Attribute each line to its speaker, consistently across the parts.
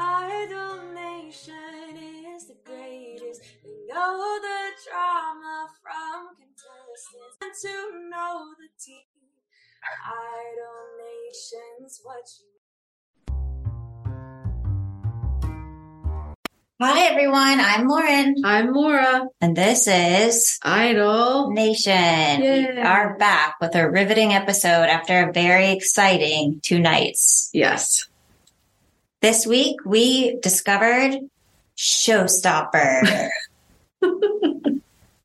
Speaker 1: idol nation is the greatest. We know the drama from contestants and to know the team. Idol nation's what you
Speaker 2: Hi everyone, I'm Lauren,
Speaker 3: I'm Laura.
Speaker 2: and this is
Speaker 3: Idol.
Speaker 2: Nation. We
Speaker 3: Yay.
Speaker 2: are back with a riveting episode after a very exciting two nights.
Speaker 3: Yes.
Speaker 2: This week we discovered Showstopper. Do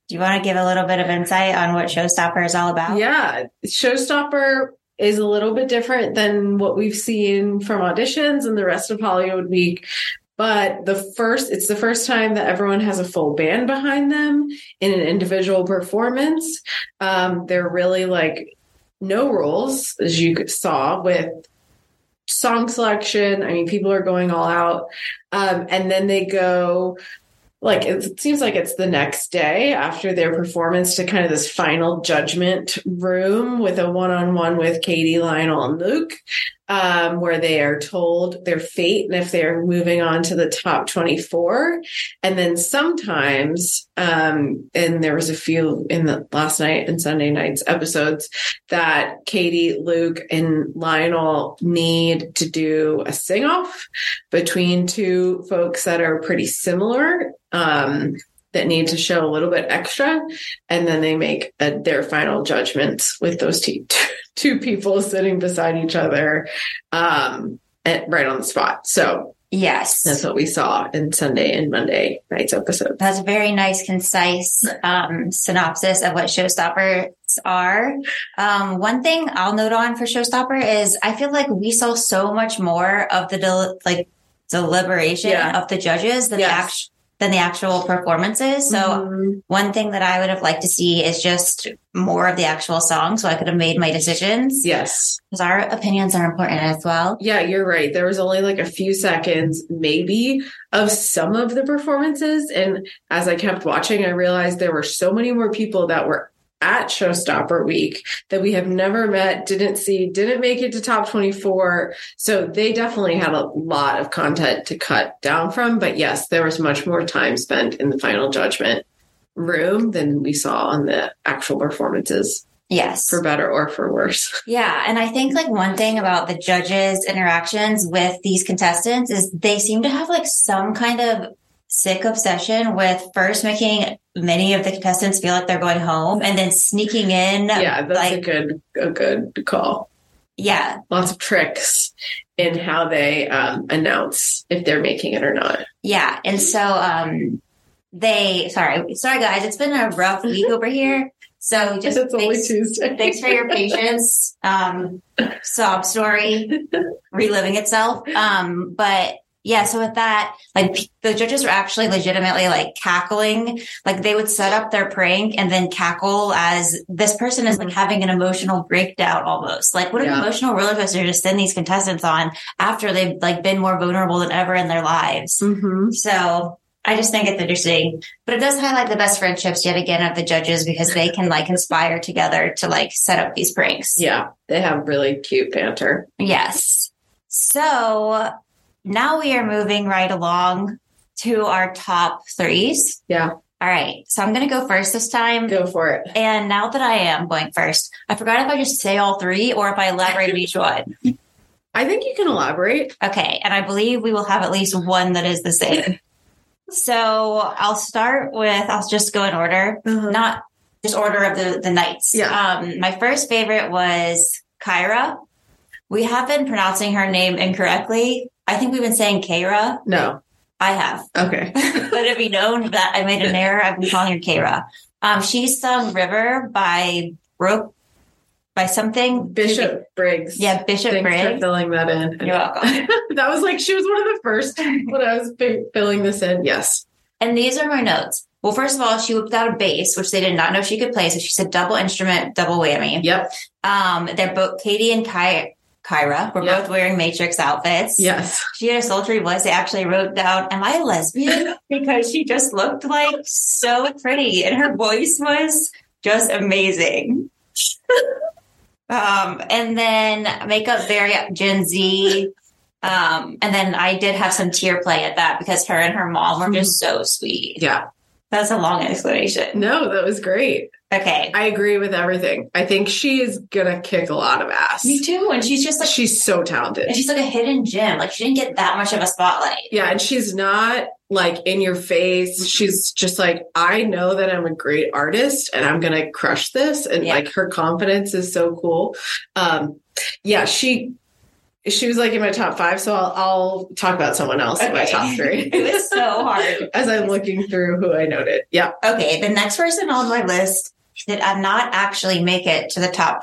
Speaker 2: you want to give a little bit of insight on what Showstopper is all about?
Speaker 3: Yeah. Showstopper is a little bit different than what we've seen from auditions and the rest of Hollywood Week. But the first, it's the first time that everyone has a full band behind them in an individual performance. Um, they're really like no rules, as you saw with song selection. I mean, people are going all out. Um, and then they go like it seems like it's the next day after their performance to kind of this final judgment room with a one-on-one with katie lionel and luke um, where they are told their fate and if they're moving on to the top 24 and then sometimes um, and there was a few in the last night and sunday night's episodes that katie luke and lionel need to do a sing-off between two folks that are pretty similar um, that need to show a little bit extra and then they make uh their final judgments with those two, two people sitting beside each other um, at, right on the spot so
Speaker 2: Yes.
Speaker 3: that's what we saw in sunday and monday night's episode
Speaker 2: That's a very nice, concise um, synopsis of what showstoppers are. Um, one thing I'll note on for showstopper is I feel like we saw so much more of the del- like deliberation
Speaker 3: Yeah.
Speaker 2: of the judges than the
Speaker 3: Yes.
Speaker 2: actual than the actual performances. So
Speaker 3: Mhm.
Speaker 2: one thing that I would have liked to see is just more of the actual song, so I could have made my decisions
Speaker 3: yes
Speaker 2: because our opinions are important as well.
Speaker 3: Yeah, you're right. There was only like a few seconds, maybe, of some of the performances. And as I kept watching, I realized there were so many more people that were at Showstopper Week that we have never met, didn't see, didn't make it to top 24. So they definitely had a lot of content to cut down from. But yes, there was much more time spent in the final judgment room than we saw on the actual performances,
Speaker 2: Yes,
Speaker 3: for better or for worse.
Speaker 2: Yeah. And I think like one thing about the judges' interactions with these contestants is they seem to have like some kind of sick obsession with first making many of the contestants feel like they're going home and then sneaking in.
Speaker 3: yeah, that's a
Speaker 2: like-
Speaker 3: good a good call.
Speaker 2: Yeah.
Speaker 3: lots of tricks in how they um, announce if they're making it or not.
Speaker 2: Yeah. And so, um, they, sorry, sorry guys, it's been a rough week over here. So just
Speaker 3: it's only
Speaker 2: thanks-
Speaker 3: Tuesday.
Speaker 2: Thanks for your patience. Um, sob story reliving itself. Um, but yeah, so with that, like p- the judges were actually legitimately like cackling. Like they would set up their prank and then cackle as this person is like having an emotional breakdown almost. Like what an
Speaker 3: Yeah.
Speaker 2: emotional roller coaster to send these contestants on after they've like been more vulnerable than ever in their lives.
Speaker 3: Mm-hmm.
Speaker 2: So I just think it's interesting, but it does highlight the best friendships yet again of the judges because they can like conspire together to like set up these pranks.
Speaker 3: Yeah, they have really cute banter.
Speaker 2: Yes. So now we are moving right along to our top threes.
Speaker 3: Yeah.
Speaker 2: All right. So I'm going to go first this time.
Speaker 3: Go for it.
Speaker 2: And now that I am going first, I forgot if I just say all three or if I elaborate on each one.
Speaker 3: I think you can elaborate.
Speaker 2: Okay. And I believe we will have at least one that is the same. So I'll start with, I'll just go in order. not just order of the the nights.
Speaker 3: Yeah.
Speaker 2: Um, my first favorite was Kyra. We have been pronouncing her name incorrectly. I think we've been saying Kyra.
Speaker 3: No.
Speaker 2: I have.
Speaker 3: Okay.
Speaker 2: Let it be known that I made an error. I've been calling her Kyra. Um, she sung River by Brooke, by something.
Speaker 3: Bishop Briggs.
Speaker 2: Yeah, Bishop
Speaker 3: Thanks for
Speaker 2: Briggs.
Speaker 3: filling that in.
Speaker 2: You're welcome.
Speaker 3: that was like she was one of the first when I was fi- filling this in. Yes.
Speaker 2: And these are my notes. Well, first of all, she whipped out a bass, which they did not know she could play. So she said double instrument, double whammy.
Speaker 3: Yep.
Speaker 2: Um, they're both Katie and Ky- Kyra. We're
Speaker 3: Yeah.
Speaker 2: both wearing Matrix outfits.
Speaker 3: Yes.
Speaker 2: She had a sultry voice. I actually wrote down, "Am I a lesbian?" because she just looked like so pretty, and her voice was just amazing. um, and then makeup very Gen Z. Um, and then I did have some tear play at that because her and her mom were just so sweet.
Speaker 3: Yeah.
Speaker 2: That's a long explanation.
Speaker 3: No, that was great.
Speaker 2: Okay.
Speaker 3: I agree with everything. I think she is gonna kick a lot of ass.
Speaker 2: Me too. And she's just like,
Speaker 3: She's so talented.
Speaker 2: and she's like a hidden gem. Like she didn't get that much of a spotlight.
Speaker 3: Yeah, and she's not like in your
Speaker 2: Mm-hmm.
Speaker 3: face. She's just like, I know that I'm a great artist and I'm gonna crush this. And
Speaker 2: Yeah.
Speaker 3: like her confidence is so cool. Um, yeah, she she was like in my top five, so I'll, I'll talk about someone else in my
Speaker 2: Okay.
Speaker 3: top three
Speaker 2: It was so hard.
Speaker 3: as I'm looking through who I noted. Yeah,
Speaker 2: Okay, the next person on my list did i not actually make it to the top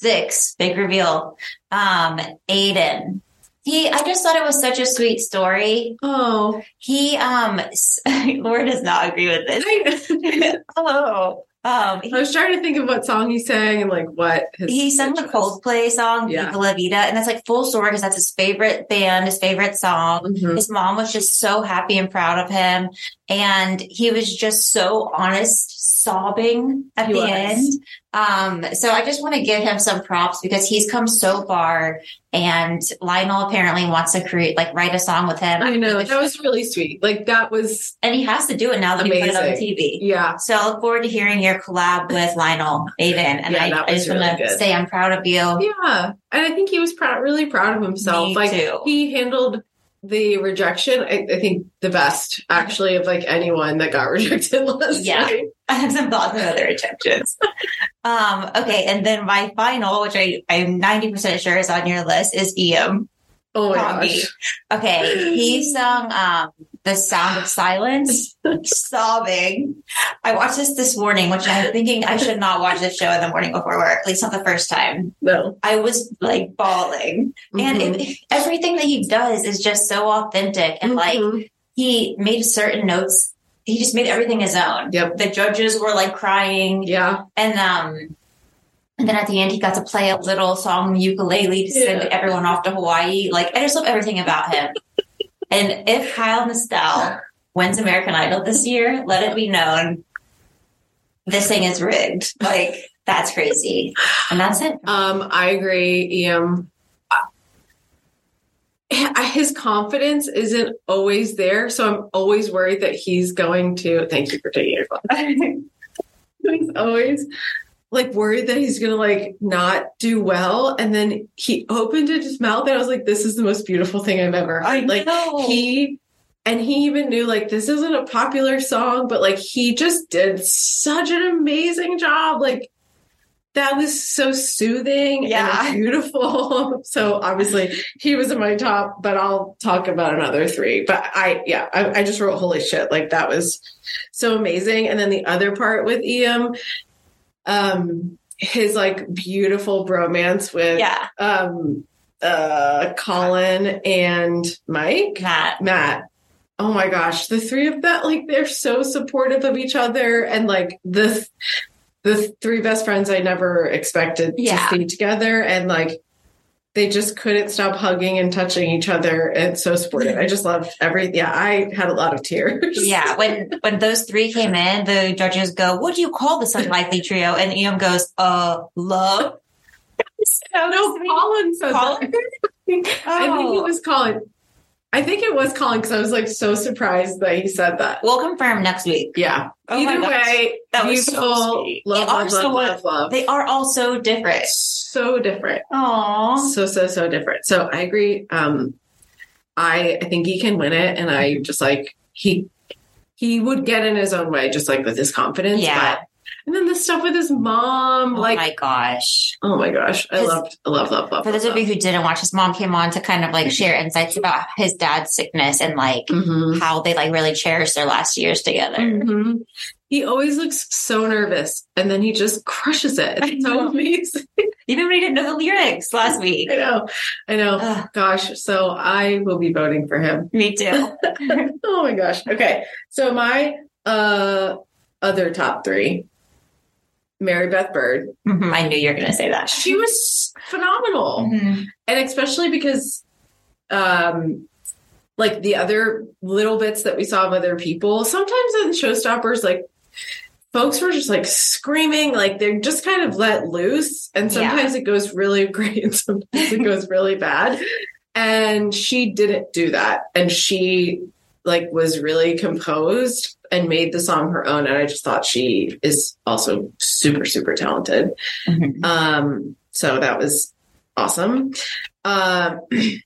Speaker 2: 26. Big reveal. Um, Aiden. He, I just thought it was such a sweet story.
Speaker 3: oh,
Speaker 2: He, um, s- Laura does not agree with this.
Speaker 3: I,
Speaker 2: Hello. Um,
Speaker 3: I
Speaker 2: he,
Speaker 3: was trying to think of what song he sang and like what his
Speaker 2: he sang the
Speaker 3: pitch was.
Speaker 2: Coldplay song,
Speaker 3: Yeah.
Speaker 2: Viva La Vida, and that's like full story because that's his favorite band, his favorite song.
Speaker 3: Mhm.
Speaker 2: His mom was just so happy and proud of him. And he was just so honest, sobbing at
Speaker 3: He
Speaker 2: the
Speaker 3: was.
Speaker 2: end. Um, so I just want to give him some props because he's come so far and Lionel apparently wants to create, like write a song with him.
Speaker 3: I know that was really sweet. Like that was
Speaker 2: And he has to do it now that he put it on the
Speaker 3: Amazing.
Speaker 2: TV.
Speaker 3: yeah.
Speaker 2: So I look forward to hearing your collab with Lionel Aiden. And
Speaker 3: Yeah,
Speaker 2: I,
Speaker 3: that
Speaker 2: I
Speaker 3: was
Speaker 2: just
Speaker 3: really
Speaker 2: want to
Speaker 3: good.
Speaker 2: say I'm proud of you.
Speaker 3: Yeah, and I think he was proud, really proud of himself.
Speaker 2: Me
Speaker 3: like
Speaker 2: too.
Speaker 3: he handled the rejection. I, I think the best, actually, of like anyone that got rejected last
Speaker 2: Yeah.
Speaker 3: night.
Speaker 2: I have some thoughts on other rejections. um, okay, and then my final, which I I'm ninety percent sure is on your list, is Ian.
Speaker 3: Oh my
Speaker 2: Foggy.
Speaker 3: gosh,
Speaker 2: Okay, he sung um, "The Sound of Silence," sobbing. I watched this this morning, which I'm thinking I should not watch this show in the morning before work, at least not the first time.
Speaker 3: no,
Speaker 2: I was like bawling, and
Speaker 3: Mhm.
Speaker 2: it, everything that he does is just so authentic, and like
Speaker 3: Mhm.
Speaker 2: he made certain notes. He just made everything his own.
Speaker 3: Yep.
Speaker 2: The judges were like crying.
Speaker 3: yeah,
Speaker 2: And um and then at the end he got to play a little song on the ukulele to send
Speaker 3: Yeah.
Speaker 2: everyone off to Hawaii. Like I just love everything about him. and if Kyle Nostell wins American Idol this year, let it be known this thing is rigged. Like that's crazy. And that's it.
Speaker 3: um, I agree. Em, I- his confidence isn't always there, so I'm always worried that he's going to. Thank you for taking your class. He's always like worried that he's gonna like not do well. And then he opened it his mouth and I was like, this is the most beautiful thing I've ever heard. like
Speaker 2: know.
Speaker 3: he
Speaker 2: Oh.
Speaker 3: and he even knew like this isn't a popular song, but like he just did such an amazing job. Like that was so soothing
Speaker 2: Yeah.
Speaker 3: and beautiful. so obviously he was in my top, but I'll talk about another three. But I yeah, I, I just wrote holy shit. Like that was so amazing. And then the other part with Em, um, his like beautiful bromance with
Speaker 2: yeah.
Speaker 3: um uh Colin and Mike.
Speaker 2: Matt.
Speaker 3: Matt. Oh my gosh, the three of that like they're so supportive of each other and like the the three best friends I never expected
Speaker 2: Yeah.
Speaker 3: to see together and like they just couldn't stop hugging and touching each other and so supportive. I just loved every yeah, I had a lot of tears.
Speaker 2: Yeah, when when those three came in, the judges go, "What do you call this unlikely trio?" And Ian goes, "Uh, love."
Speaker 3: No, Colin said
Speaker 2: Colin?
Speaker 3: that. I think
Speaker 2: Oh.
Speaker 3: it was Colin. I think it was Colin because I was like so surprised that he said that.
Speaker 2: We'll confirm next week.
Speaker 3: Yeah.
Speaker 2: Oh my
Speaker 3: Either
Speaker 2: gosh.
Speaker 3: way,
Speaker 2: That was so
Speaker 3: beautiful.
Speaker 2: sweet.
Speaker 3: love,
Speaker 2: They are
Speaker 3: love,
Speaker 2: so-
Speaker 3: love, love, love.
Speaker 2: They are all so different.
Speaker 3: so different.
Speaker 2: Aww.
Speaker 3: So so so different. So I agree. Um, I I think he can win it, and I just like he he would get in his own way, just like with his confidence.
Speaker 2: Yeah.
Speaker 3: But, and then the stuff with his mom,
Speaker 2: Oh
Speaker 3: like
Speaker 2: my gosh.
Speaker 3: oh my gosh, I
Speaker 2: His-
Speaker 3: loved, I love, love, love.
Speaker 2: For those of
Speaker 3: love,
Speaker 2: you who didn't watch, his mom came on to kind of like share insights about his dad's sickness and like
Speaker 3: love. Mhm.
Speaker 2: how they like really cherished their last years together.
Speaker 3: Mhm. He always looks so nervous, and then he just crushes it.
Speaker 2: I
Speaker 3: It's so
Speaker 2: know.
Speaker 3: amazing.
Speaker 2: Even when he didn't know the lyrics last week.
Speaker 3: I know, I know.
Speaker 2: Ugh,
Speaker 3: Gosh, so I will be voting for him.
Speaker 2: me too.
Speaker 3: Oh my gosh. Okay. So my uh other top three. Mary Beth Bird.
Speaker 2: Mhm, I knew you were going to say that.
Speaker 3: She was phenomenal.
Speaker 2: Mhm.
Speaker 3: And especially because um like the other little bits that we saw of other people, sometimes in showstoppers, like folks were just like screaming, like they're just kind of let loose. And
Speaker 2: Yeah.
Speaker 3: sometimes it goes really great and sometimes it goes really bad. And she didn't do that. And she like was really composed and made the song her own. And I just thought she is also super, super talented.
Speaker 2: Mhm.
Speaker 3: Um, so that was awesome. Um,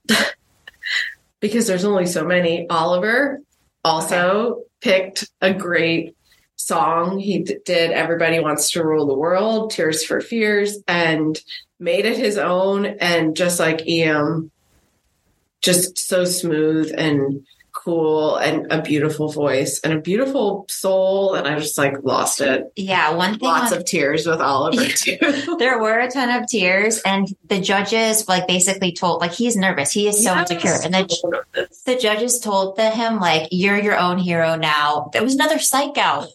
Speaker 3: because there's only so many. Oliver also picked a great song. He d- did Everybody Wants to Rule the World, Tears for Fears, and made it his own. And just like EM, just so smooth and cool and a beautiful voice and a beautiful soul. And I just like lost it.
Speaker 2: Yeah, one thing
Speaker 3: Lots
Speaker 2: on-
Speaker 3: of tears with Oliver,
Speaker 2: Yeah.
Speaker 3: too.
Speaker 2: there were a ton of tears and the judges like basically told like he's nervous he is so insecure and the, the judges told the, him like you're your own hero now there was another psych out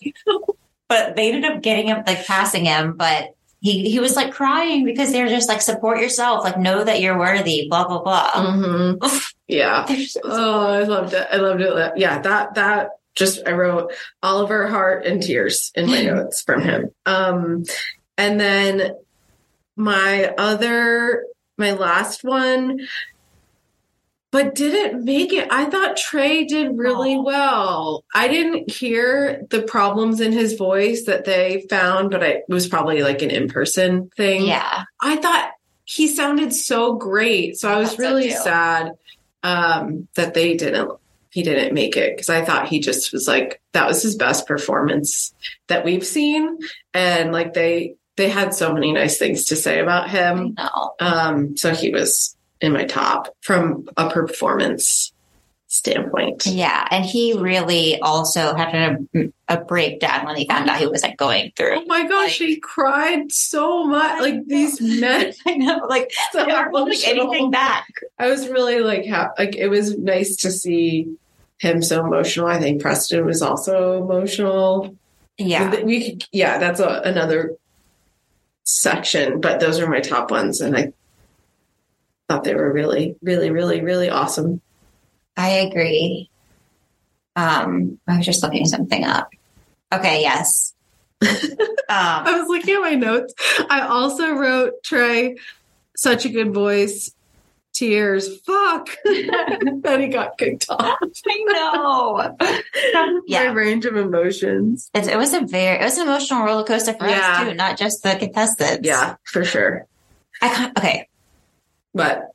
Speaker 2: but they ended up getting him like passing him but he he was like crying because they were just like support yourself like know that you're worthy blah blah blah
Speaker 3: Mhm. Yeah.
Speaker 2: They're so-
Speaker 3: Oh, I loved it. I loved it. Yeah, that that just I wrote Oliver Hart and tears in my notes from him. Um and then my other my last one but didn't make it. I thought Trey did really
Speaker 2: Aw.
Speaker 3: well. I didn't hear the problems in his voice that they found, but I, it was probably like an in-person thing.
Speaker 2: yeah
Speaker 3: I thought he sounded so great. So I was
Speaker 2: thought so
Speaker 3: really
Speaker 2: too.
Speaker 3: sad um, that they didn't. He didn't make it because I thought he just was like that was his best performance that we've seen, and like they they had so many nice things to say about him.
Speaker 2: no
Speaker 3: Um, so he was in my top from a performance standpoint.
Speaker 2: yeah and he really also had a, a breakdown when he found out he was like going through
Speaker 3: Oh my gosh, he cried so much. Like these men,
Speaker 2: I know, like
Speaker 3: so
Speaker 2: they aren't holding
Speaker 3: emotional.
Speaker 2: anything back.
Speaker 3: I was really like ha- like it was nice to see him so emotional. I think Preston was also emotional.
Speaker 2: Yeah.
Speaker 3: we could, yeah, that's a, another section, but those are my top ones, and I thought they were really, really, really, really awesome.
Speaker 2: I agree. Um, I was just looking something up. Okay, yes. um,
Speaker 3: I was looking at my notes. I also wrote Trey, such a good voice. Tears, fuck. then he got kicked off.
Speaker 2: I know.
Speaker 3: My
Speaker 2: Yeah.
Speaker 3: range of emotions.
Speaker 2: It, it was a very it was an emotional roller coaster for
Speaker 3: Yeah.
Speaker 2: us too, not just the contestants.
Speaker 3: Yeah, for sure.
Speaker 2: I can't, okay.
Speaker 3: But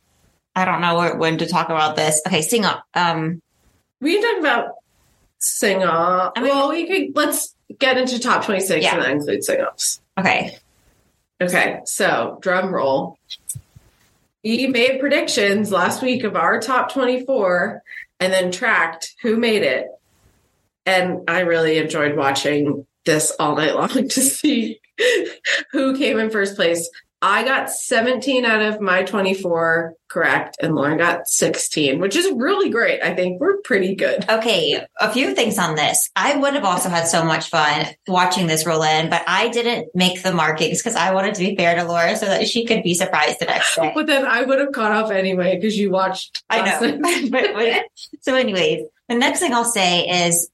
Speaker 2: I don't know where, when to talk about this. Okay, sing up. Um,
Speaker 3: We can talk about sing off.
Speaker 2: I mean-
Speaker 3: well, we could let's get into top twenty six
Speaker 2: Yeah.
Speaker 3: and that includes sing offs.
Speaker 2: okay.
Speaker 3: Okay, so drum roll. You made predictions last week of our top twenty four, and then tracked who made it. And I really enjoyed watching this all night long to see who came in first place. I got 17 out of my 24 correct, and Lauren got 16, which is really great. I think we're pretty good.
Speaker 2: Okay, a few things on this. I would have also had so much fun watching this roll in, but I didn't make the markings because I wanted to be fair to Laura so that she could be surprised the next day.
Speaker 3: But then I would have caught off anyway because you watched.
Speaker 2: I
Speaker 3: last
Speaker 2: know.
Speaker 3: night.
Speaker 2: But- but- so, anyways, the next thing I'll say is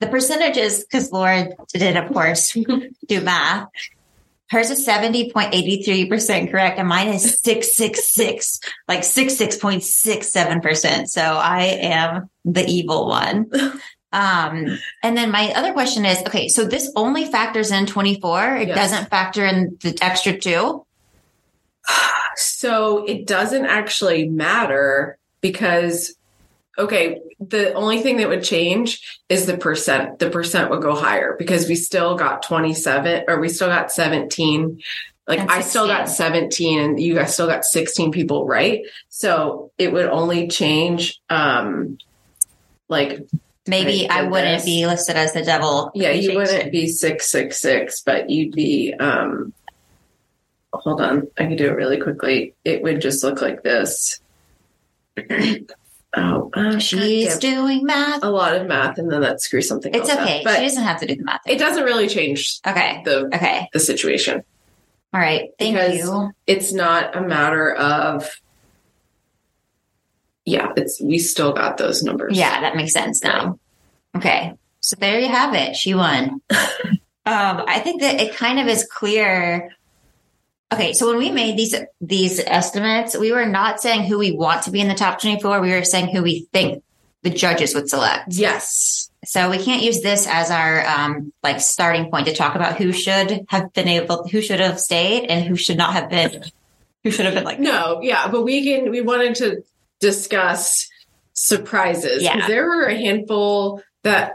Speaker 2: the percentages, because Laura did, of course, do math. Hers is 70.83% correct, and mine is 666, like 66.67%. So I am the evil one. Um, and then my other question is okay, so this only factors in 24, it
Speaker 3: Yes.
Speaker 2: doesn't factor in the extra two.
Speaker 3: So it doesn't actually matter because, okay, the only thing that would change is the percent. The percent would go higher because we still got 27 or we still got 17. Like
Speaker 2: And
Speaker 3: I still got 17 and you guys still got 16 people, right? So it would only change, um, like,
Speaker 2: Maybe
Speaker 3: Right,
Speaker 2: I
Speaker 3: did
Speaker 2: wouldn't
Speaker 3: this.
Speaker 2: be listed as the devil.
Speaker 3: yeah, you
Speaker 2: Change
Speaker 3: wouldn't be 666, but you'd be, um, hold on, I can do it really quickly. It would just look like this. oh, uh,
Speaker 2: She's
Speaker 3: goddamn.
Speaker 2: doing math.
Speaker 3: a lot of math, and then that screws something
Speaker 2: It's
Speaker 3: else up.
Speaker 2: okay.
Speaker 3: But
Speaker 2: she doesn't have to do the math.
Speaker 3: it doesn't really change
Speaker 2: Okay.
Speaker 3: the,
Speaker 2: Okay.
Speaker 3: the situation.
Speaker 2: All right. Thank
Speaker 3: Because-
Speaker 2: you.
Speaker 3: It's not a matter of, yeah, it's we still got those numbers.
Speaker 2: Yeah, that makes sense now. Okay. So there you have it. She won. um, I think that it kind of is clear Okay, so when we made these these estimates, we were not saying who we want to be in the top 24. We were saying who we think the judges would select.
Speaker 3: Yes.
Speaker 2: So we can't use this as our um, like starting point to talk about who should have been able, who should have stayed, and who should not have been, who should have been like.
Speaker 3: No, yeah, but we can we wanted to discuss surprises. 'cause
Speaker 2: Yeah.
Speaker 3: There were a handful that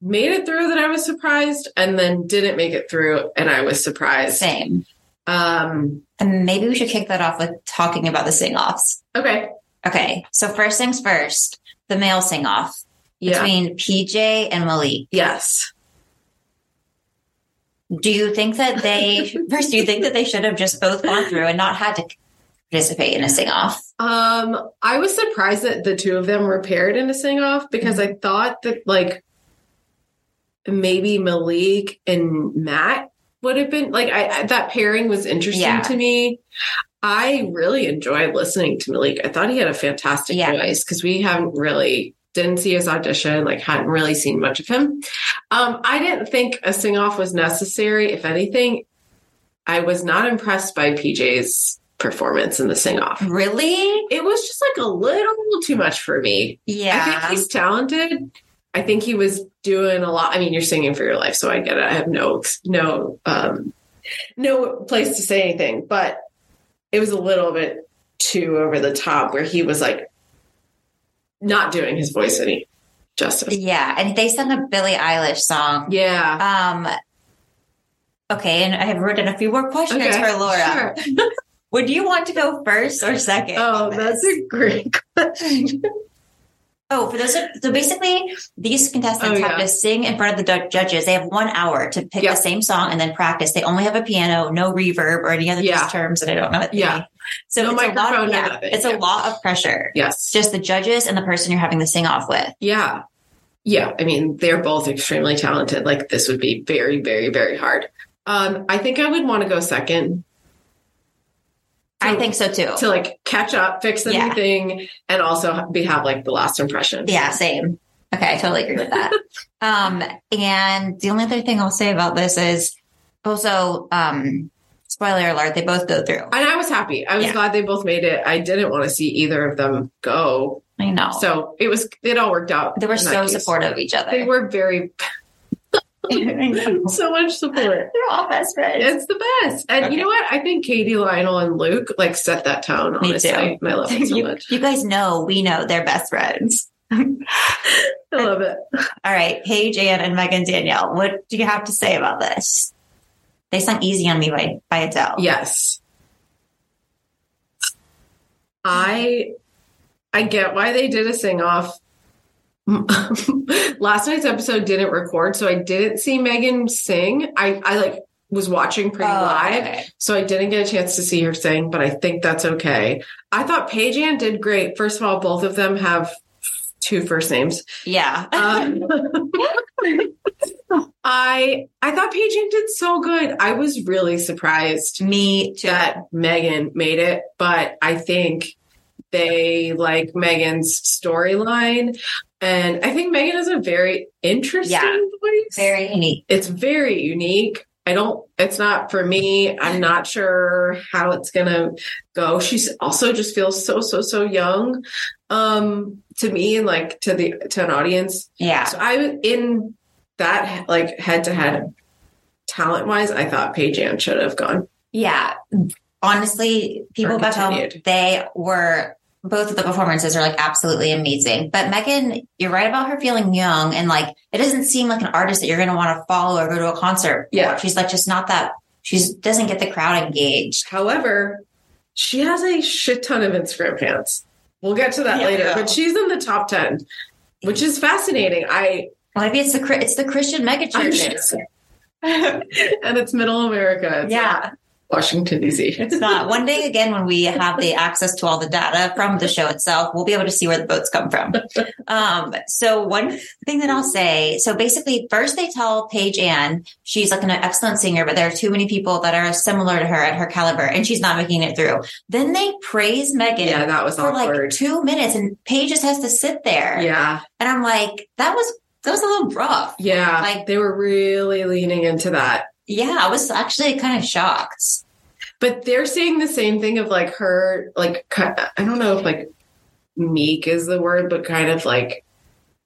Speaker 3: made it through that I was surprised and then didn't make it through and I was surprised.
Speaker 2: Same.
Speaker 3: Um
Speaker 2: And maybe we should kick that off with talking about the sing-offs.
Speaker 3: okay.
Speaker 2: Okay, so first things first, the male sing-off
Speaker 3: Yeah.
Speaker 2: between PJ and Malik.
Speaker 3: yes.
Speaker 2: Do you think that they first? Do you think that they should have just both gone through and not had to participate in a sing off?
Speaker 3: Um I was surprised that the two of them were paired in a sing off because
Speaker 2: Mm-hmm.
Speaker 3: I thought that like maybe Malik and Matt would have been like I, I that pairing was interesting
Speaker 2: Yeah.
Speaker 3: to me. I really enjoyed listening to Malik. I thought he had a fantastic
Speaker 2: Yeah.
Speaker 3: voice because we haven't really didn't see his audition, like hadn't really seen much of him. Um, I didn't think a sing off was necessary. If anything, I was not impressed by PJ's performance in the sing off.
Speaker 2: Really?
Speaker 3: It was just like a little too much for me. I
Speaker 2: Yeah.
Speaker 3: think he's talented. I think he was doing a lot. I mean, you're singing for your life, so I get it. I have no no um no place to say anything, but it was a little bit too over the top where he was like not doing his voice any justice.
Speaker 2: yeah, and they sung a Billie Eilish song.
Speaker 3: Yeah.
Speaker 2: Um. Okay, and I have written a few more questions
Speaker 3: Okay,
Speaker 2: for Laura.
Speaker 3: Sure.
Speaker 2: Would you want to go first or second?
Speaker 3: Oh,
Speaker 2: on
Speaker 3: that's
Speaker 2: this?
Speaker 3: a great question.
Speaker 2: oh, for those. So basically, these contestants
Speaker 3: Oh,
Speaker 2: have
Speaker 3: yeah.
Speaker 2: to sing in front of the du- judges. They have one hour to pick
Speaker 3: Yeah.
Speaker 2: the same song and then practice. They only have a piano, no reverb or any other
Speaker 3: Yeah.
Speaker 2: just terms that I don't know. what they
Speaker 3: Yeah.
Speaker 2: mean. So
Speaker 3: No
Speaker 2: it's a lot
Speaker 3: microphone,
Speaker 2: of,
Speaker 3: no
Speaker 2: yeah,
Speaker 3: nothing.
Speaker 2: it's a
Speaker 3: Yeah.
Speaker 2: lot of pressure. It's
Speaker 3: yes.
Speaker 2: just the judges and the person you're having the sing off with.
Speaker 3: Yeah. Yeah. I mean, they're both extremely talented. Like this would be very, very, very hard. Um, I think I would want to go second
Speaker 2: I
Speaker 3: So-
Speaker 2: think so too.
Speaker 3: to like catch up, fix
Speaker 2: Yeah.
Speaker 3: anything, and also be have like the last impression.
Speaker 2: yeah, same. Okay, I totally agree with that. um, and the only other thing I'll say about this is also, um, spoiler alert, they both go through.
Speaker 3: And I was happy. I was
Speaker 2: Yeah.
Speaker 3: glad they both made it. I didn't want to see either of them go.
Speaker 2: I know.
Speaker 3: So it was it all worked out.
Speaker 2: Oh. they were
Speaker 3: in that
Speaker 2: so
Speaker 3: case.
Speaker 2: supportive of each other.
Speaker 3: They were very
Speaker 2: I know.
Speaker 3: so much support.
Speaker 2: They're all best friends.
Speaker 3: It's the best. And
Speaker 2: Okay.
Speaker 3: you know what? I think Katie, Lionel, and Luke like set that tone,
Speaker 2: Me
Speaker 3: honestly.
Speaker 2: too.
Speaker 3: And I love it so
Speaker 2: you,
Speaker 3: much.
Speaker 2: you guys know, we know they're best friends.
Speaker 3: I love it.
Speaker 2: All right, Paige, Ann, and Megan Danielle, what do you have to say about this? They sung "Easy on Me" by by Adele.
Speaker 3: Yes. I I get why they did a sing off. Last night's episode didn't record, so I didn't see Megan sing. I I like was watching pretty
Speaker 2: Oh,
Speaker 3: live,
Speaker 2: okay.
Speaker 3: so I didn't get a chance to see her sing, but I think that's okay. I thought Paige Ann did great. First of all, both of them have two first names.
Speaker 2: Yeah.
Speaker 3: Um, I I thought Paige Ann did so good. I was really surprised
Speaker 2: Me too.
Speaker 3: that Megan made it, but I think they like Megan's storyline. And I think Megan has a very interesting
Speaker 2: Yeah.
Speaker 3: voice.
Speaker 2: Very unique.
Speaker 3: It's very unique. I don't, it's not for me. I'm not sure how it's going to go. She's also just feels so, so, so young um to me and like to the to an audience
Speaker 2: Yeah.
Speaker 3: so i was in that like head to head talent wise i thought paige Ann should have gone
Speaker 2: Yeah. Honestly, people
Speaker 3: Or
Speaker 2: back home,
Speaker 3: continued.
Speaker 2: they were both of the performances are like absolutely amazing. But Megan, you're right about her feeling young and like it doesn't seem like an artist that you're gonna want to follow or go to a concert. for.
Speaker 3: Yeah.
Speaker 2: She's like just not that she's doesn't get the crowd engaged.
Speaker 3: However, she has a shit ton of Instagram fans. We'll get to that
Speaker 2: Yeah,
Speaker 3: later,
Speaker 2: yeah.
Speaker 3: but she's in the top 10, which is fascinating. I
Speaker 2: Well, maybe it's the Chri- it's the Christian mega
Speaker 3: I'm
Speaker 2: churches.
Speaker 3: sure- and it's middle America. It's
Speaker 2: Yeah.
Speaker 3: not Washington DC.
Speaker 2: It's not. One day again, when we have the access to all the data from the show itself, we'll be able to see where the votes come from. Um, so one thing that I'll say, so basically first they tell Paige Ann, she's like an excellent singer, but there are too many people that are similar to her at her caliber and she's not making it through. Then they praise Megan
Speaker 3: Yeah, that was
Speaker 2: for like
Speaker 3: awkward.
Speaker 2: two minutes and Paige just has to sit there.
Speaker 3: yeah,
Speaker 2: And I'm like, that was, that was a little rough.
Speaker 3: yeah.
Speaker 2: Like-
Speaker 3: they were really leaning into that.
Speaker 2: Yeah. I was actually kind of shocked.
Speaker 3: But they're saying the same thing of like her, like, ki- I don't know if like meek is the word, but kind of like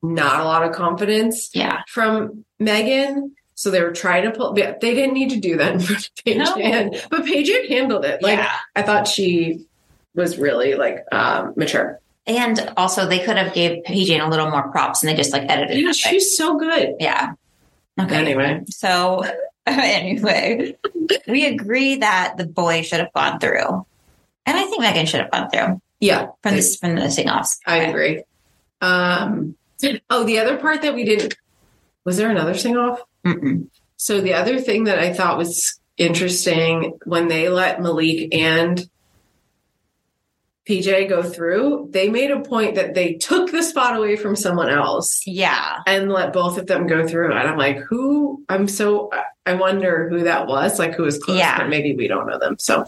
Speaker 3: not a lot of confidence
Speaker 2: Yeah.
Speaker 3: from Megan. So they were trying to pull, they they didn't need to do that in front of Paige
Speaker 2: No.
Speaker 3: Ann, but Paige Ann handled it. Like,
Speaker 2: yeah.
Speaker 3: I thought she was really like um, mature.
Speaker 2: And also they could have gave PJ a little more props and they just like edited it.
Speaker 3: she's so good.
Speaker 2: Yeah. Okay.
Speaker 3: Anyway,
Speaker 2: So anyway, we agree that the boy should have gone through. And I think Megan should have gone through
Speaker 3: yeah,
Speaker 2: from this from the sing offs.
Speaker 3: I agree. Um, oh, the other part that we didn't was there another sing off?
Speaker 2: Mm-mm.
Speaker 3: So the other thing that I thought was interesting when they let Malik and PJ go through, they made a point that they took the spot away from someone else
Speaker 2: Yeah.
Speaker 3: and let both of them go through. And I'm like, who? I'm so. I wonder who that was. Like who was close,
Speaker 2: Yeah.
Speaker 3: but maybe we don't know them. So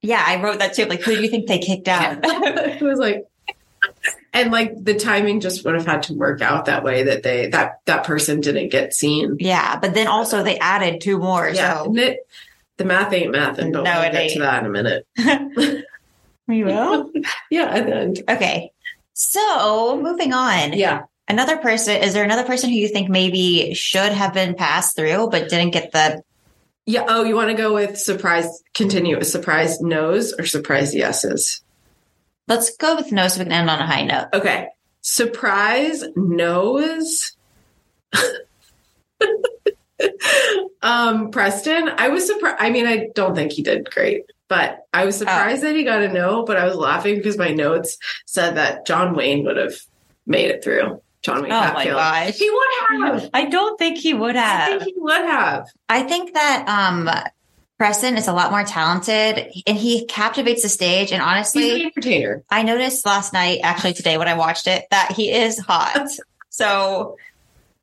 Speaker 2: Yeah, I wrote that too. Like, who do you think they kicked out?
Speaker 3: it was like and like the timing just would have had to work out that way that they that that person didn't get seen
Speaker 2: yeah, but then also they added two more.
Speaker 3: yeah
Speaker 2: So
Speaker 3: and it, the math ain't math and don't
Speaker 2: No,
Speaker 3: we'll
Speaker 2: it
Speaker 3: get
Speaker 2: ain't.
Speaker 3: to that in a minute
Speaker 2: we
Speaker 3: yeah at the end
Speaker 2: Okay. So moving on.
Speaker 3: yeah
Speaker 2: Another person is there another person who you think maybe should have been passed through but didn't get the
Speaker 3: yeah oh you want to go with surprise continue with surprise no's or surprise yeses
Speaker 2: let's go with no so we can end on a high note.
Speaker 3: okay surprise no's um preston i was surprised i mean i don't think he did great but i was surprised that he got a no but i was laughing because my notes said that john wayne would have made it through john wayne
Speaker 2: Oh my
Speaker 3: Hatfield.
Speaker 2: gosh.
Speaker 3: he would have
Speaker 2: I don't think he would
Speaker 3: i
Speaker 2: have.
Speaker 3: think he would have
Speaker 2: I think that um Preston is a lot more talented and he captivates the stage and
Speaker 3: he's
Speaker 2: honestly
Speaker 3: an entertainer
Speaker 2: I noticed last night actually today when I watched it that he is hot. So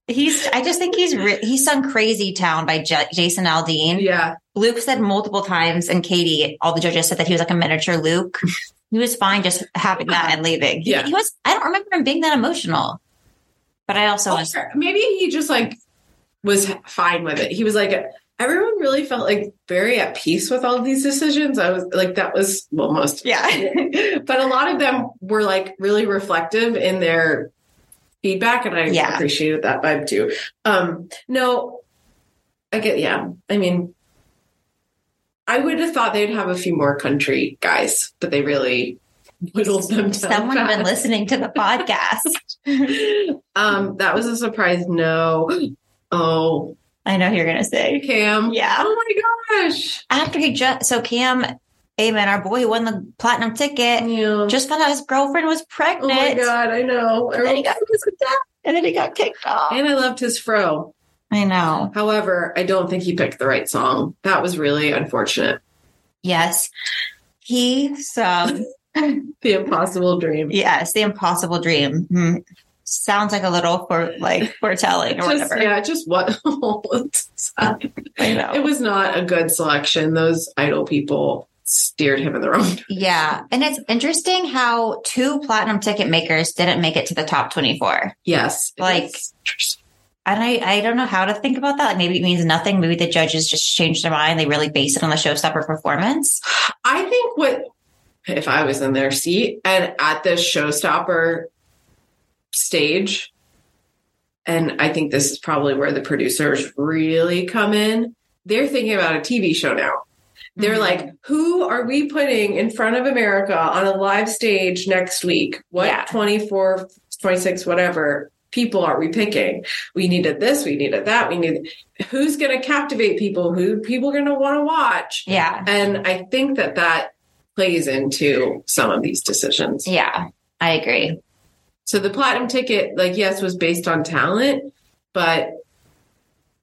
Speaker 2: he's I just think he's re- he sung Crazy Town by J- Jason Aldean.
Speaker 3: yeah
Speaker 2: Luke said multiple times and Katie all the judges said that he was like a miniature Luke. he was fine just having that and leaving. He-
Speaker 3: Yeah.
Speaker 2: He, was I don't remember him being that emotional. But I also was
Speaker 3: Or maybe he just like was fine with it. He was like, everyone really felt like very at peace with all of these decisions. I was like, that was well, most,
Speaker 2: yeah.
Speaker 3: but a lot of them were like really reflective in their feedback, and I
Speaker 2: Yeah.
Speaker 3: appreciated that vibe too. Um, no, I get, yeah, I mean. I would have thought they'd have a few more country guys, but they really whittled them down.
Speaker 2: Someone had been
Speaker 3: fast.
Speaker 2: listening to the podcast.
Speaker 3: Um, that was a surprise. No. Oh,
Speaker 2: I know you're gonna say.
Speaker 3: Cam.
Speaker 2: Yeah.
Speaker 3: Oh my gosh.
Speaker 2: After he just so Cam Amen, our boy who won the platinum ticket.
Speaker 3: Yeah.
Speaker 2: just found out his girlfriend was
Speaker 3: oh
Speaker 2: pregnant.
Speaker 3: my god. I know.
Speaker 2: And then he got and then he got kicked off.
Speaker 3: And I loved his fro.
Speaker 2: I know.
Speaker 3: However, I don't think he picked the right song. That was really unfortunate.
Speaker 2: Yes. He sung
Speaker 3: The impossible dream.
Speaker 2: yes, the impossible dream. Hmm. Sounds like a little for like foretelling or
Speaker 3: Just,
Speaker 2: whatever.
Speaker 3: yeah, just what
Speaker 2: I
Speaker 3: it
Speaker 2: know.
Speaker 3: was not a good selection. Those idol people steered him in the wrong.
Speaker 2: Yeah. And it's interesting how two platinum ticket makers didn't make it to the top twenty four.
Speaker 3: Yes, it
Speaker 2: Like-
Speaker 3: is interesting.
Speaker 2: And I, I don't know how to think about that. Like maybe it means nothing. Maybe the judges just changed their mind. They really base it on the showstopper performance.
Speaker 3: I think what if I was in their seat and at the showstopper stage, and I think this is probably where the producers really come in. They're thinking about a TV show now. They're
Speaker 2: Mhm.
Speaker 3: like, who are we putting in front of America on a live stage next week? What
Speaker 2: Yeah.
Speaker 3: 24, 26, whatever people are we picking? We needed this, we needed that, we need who's going to captivate people, who people are going to want to watch.
Speaker 2: Yeah.
Speaker 3: And I think that that plays into some of these decisions.
Speaker 2: Yeah. I agree.
Speaker 3: So the platinum ticket, like, yes, was based on talent, but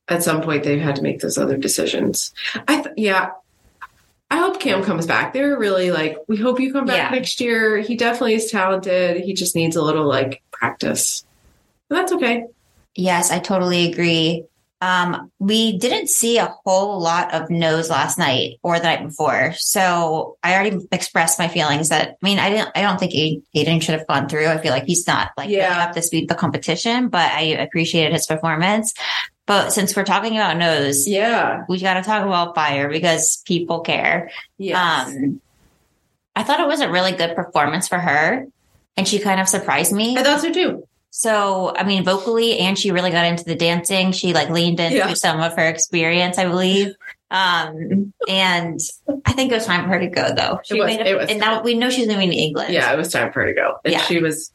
Speaker 3: at some point they've had to make those other decisions. I, th- yeah. I hope Cam comes back. They were really like, we hope you come
Speaker 2: Yeah.
Speaker 3: back next year. He definitely is talented. He just needs a little like practice. But that's okay.
Speaker 2: Yes, I totally agree. Um, we didn't see a whole lot of no's last night or the night before. So I already expressed my feelings that I mean, I didn't I don't think A- Aiden should have gone through. I feel like he's not like
Speaker 3: Yeah.
Speaker 2: really up to speed with the competition, but I appreciated his performance. But since we're talking about nose,
Speaker 3: Yeah.
Speaker 2: we got to talk about fire because people care.
Speaker 3: Yes.
Speaker 2: Um, I thought it was a really good performance for her, and she kind of surprised me.
Speaker 3: I thought so too.
Speaker 2: So, I mean, vocally, and she really got into the dancing. She like leaned into
Speaker 3: Yeah.
Speaker 2: some of her experience, I believe. Um, and I think it was time for her to go though. She
Speaker 3: It was-
Speaker 2: made
Speaker 3: it was
Speaker 2: and now we know she's moving to England.
Speaker 3: Yeah, it was time for her to go. And
Speaker 2: Yeah.
Speaker 3: she was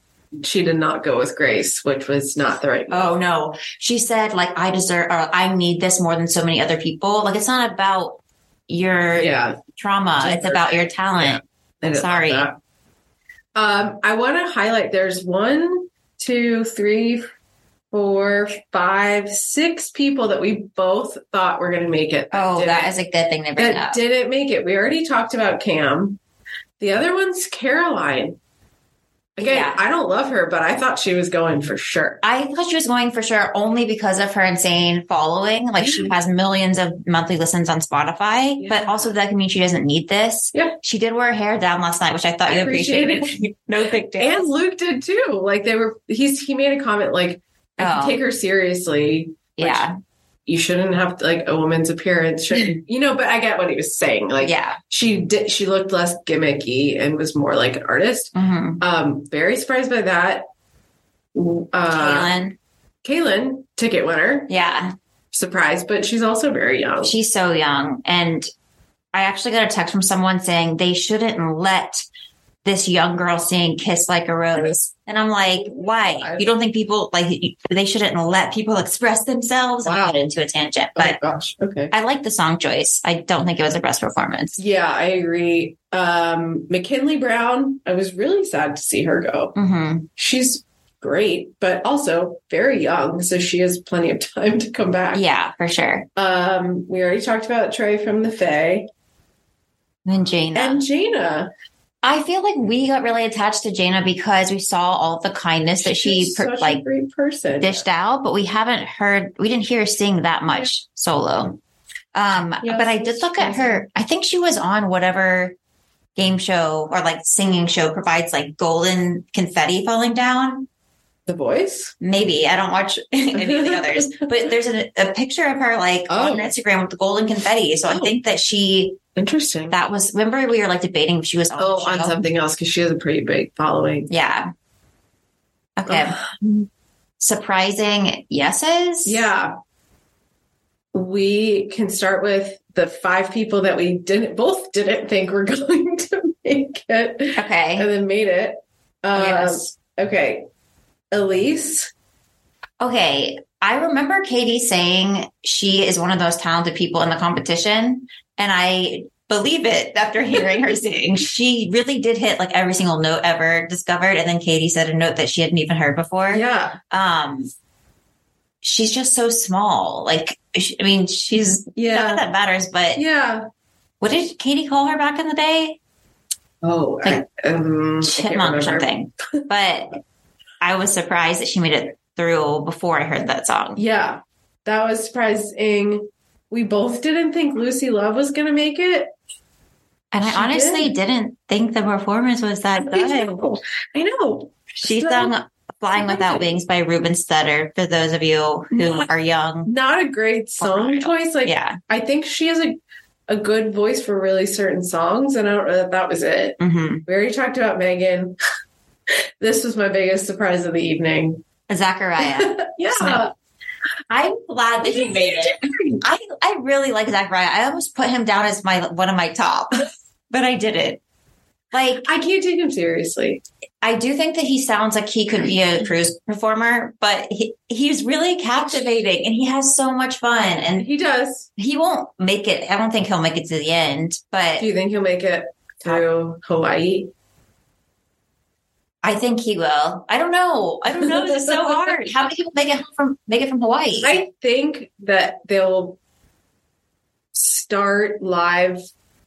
Speaker 3: she did not go with Grace, which was not the right move.
Speaker 2: Oh no. She said like, I deserve, or I need this more than so many other people. Like it's not about your
Speaker 3: yeah.
Speaker 2: trauma.
Speaker 3: Just
Speaker 2: it's
Speaker 3: her-
Speaker 2: about your talent.
Speaker 3: I didn't
Speaker 2: Sorry.
Speaker 3: like that. Um, I want to highlight there's one, two, three, four, five, six people that we both thought were going to make it.
Speaker 2: Oh,
Speaker 3: didn't-
Speaker 2: that is a good thing to bring
Speaker 3: that
Speaker 2: up.
Speaker 3: didn't make it. We already talked about Cam. The other one's Caroline. Again,
Speaker 2: Yeah.
Speaker 3: I don't love her, but I thought she was going for sure.
Speaker 2: I thought she was going for sure only because of her insane following. Like she has millions of monthly listens on Spotify,
Speaker 3: Yeah.
Speaker 2: but also that can mean she doesn't need this.
Speaker 3: Yeah.
Speaker 2: She did wear her hair down last night, which I thought
Speaker 3: I
Speaker 2: you
Speaker 3: appreciate
Speaker 2: appreciated. no big deal.
Speaker 3: And Luke did too. Like they were, he's he made a comment like, "I
Speaker 2: Oh.
Speaker 3: can take her seriously." Which
Speaker 2: yeah.
Speaker 3: you shouldn't have like a woman's appearance, should you know? But I get what he was saying. Like,
Speaker 2: yeah.
Speaker 3: she did she looked less gimmicky and was more like an artist
Speaker 2: hmm
Speaker 3: um very surprised by that uh
Speaker 2: Caitlin.
Speaker 3: kaylin ticket winner
Speaker 2: Yeah.
Speaker 3: surprised but she's also very young
Speaker 2: She's so young. And I actually got a text from someone saying they shouldn't let this young girl sing Kiss Like a Rose. And I'm like, why?
Speaker 3: I-
Speaker 2: You don't think people like you- they shouldn't let people express themselves? I
Speaker 3: Wow.
Speaker 2: got into a tangent,
Speaker 3: oh
Speaker 2: but
Speaker 3: my gosh okay
Speaker 2: I like the song choice. I don't think it was the best performance.
Speaker 3: yeah i agree um mckinley brown i was really sad to see her go
Speaker 2: hmm
Speaker 3: she's great but also very young so she has plenty of time to come back
Speaker 2: Yeah, for sure.
Speaker 3: um we already talked about trey from the fae
Speaker 2: And Jaina.
Speaker 3: and jana
Speaker 2: I feel like we got really attached to Jaina because we saw all the kindness that she
Speaker 3: She's
Speaker 2: per-
Speaker 3: such a
Speaker 2: like
Speaker 3: great person
Speaker 2: dished out, but we haven't heard, we didn't hear her sing that much solo. Um,
Speaker 3: Yeah,
Speaker 2: but I
Speaker 3: she
Speaker 2: did
Speaker 3: was
Speaker 2: look at her. I think she was on whatever game show or like singing show provides like golden confetti falling down.
Speaker 3: the voice
Speaker 2: Maybe I don't watch any of the others, but there's a, a picture of her like
Speaker 3: Oh.
Speaker 2: on Instagram with the golden confetti. So I think that she
Speaker 3: Interesting.
Speaker 2: that was. Remember we were like debating if she was on. the
Speaker 3: oh, on
Speaker 2: show?
Speaker 3: something else because she has a pretty big following.
Speaker 2: Yeah. Okay.
Speaker 3: Uh,
Speaker 2: Surprising yeses.
Speaker 3: yeah. We can start with the five people that we didn't both didn't think were going to make it
Speaker 2: Okay.
Speaker 3: and then made it. Um,
Speaker 2: yes.
Speaker 3: Okay. Elise.
Speaker 2: Okay. I remember Katie saying she is one of those talented people in the competition, and I believe it after hearing her sing. She really did hit like every single note ever discovered, and then Katie said a note that she hadn't even heard before.
Speaker 3: Yeah.
Speaker 2: Um, she's just so small. Like, sh- I mean, she's not
Speaker 3: Yeah.
Speaker 2: that that matters, but
Speaker 3: Yeah.
Speaker 2: what did Katie call her back in the day?
Speaker 3: Oh, I, um, I can't
Speaker 2: chipmunk or
Speaker 3: remember.
Speaker 2: something. But I was surprised that she made it through before I heard that song.
Speaker 3: Yeah. That was surprising. We both didn't think Lucy Love was going to make it.
Speaker 2: And I
Speaker 3: She
Speaker 2: honestly
Speaker 3: did.
Speaker 2: did. not think the performance was that good.
Speaker 3: I know.
Speaker 2: She
Speaker 3: So-
Speaker 2: sung Flying Without Wings by Ruben Studdard for those of you who
Speaker 3: No.
Speaker 2: are young.
Speaker 3: not a great song choice. Like
Speaker 2: Yeah.
Speaker 3: I think she has a a good voice for really certain songs, and I don't know that that was it.
Speaker 2: hmm
Speaker 3: We already talked about Megan. this was my biggest surprise of the evening.
Speaker 2: Zachariah.
Speaker 3: Yeah,
Speaker 2: Snap. I'm glad that you made it. I, I really like Zachariah. I almost put him down as my one of my top, but I didn't. Like
Speaker 3: I can't take him seriously.
Speaker 2: I do think that he sounds like he could be a cruise performer, but he, he's really captivating and he has so much fun. And
Speaker 3: He does.
Speaker 2: he won't make it. I don't think he'll make it to the end, but
Speaker 3: Do you think he'll make it through Hawaii?
Speaker 2: I think he will. I don't know. I don't know. It's so hard. How many people make it home from make it from Hawaii?
Speaker 3: I think that they'll start live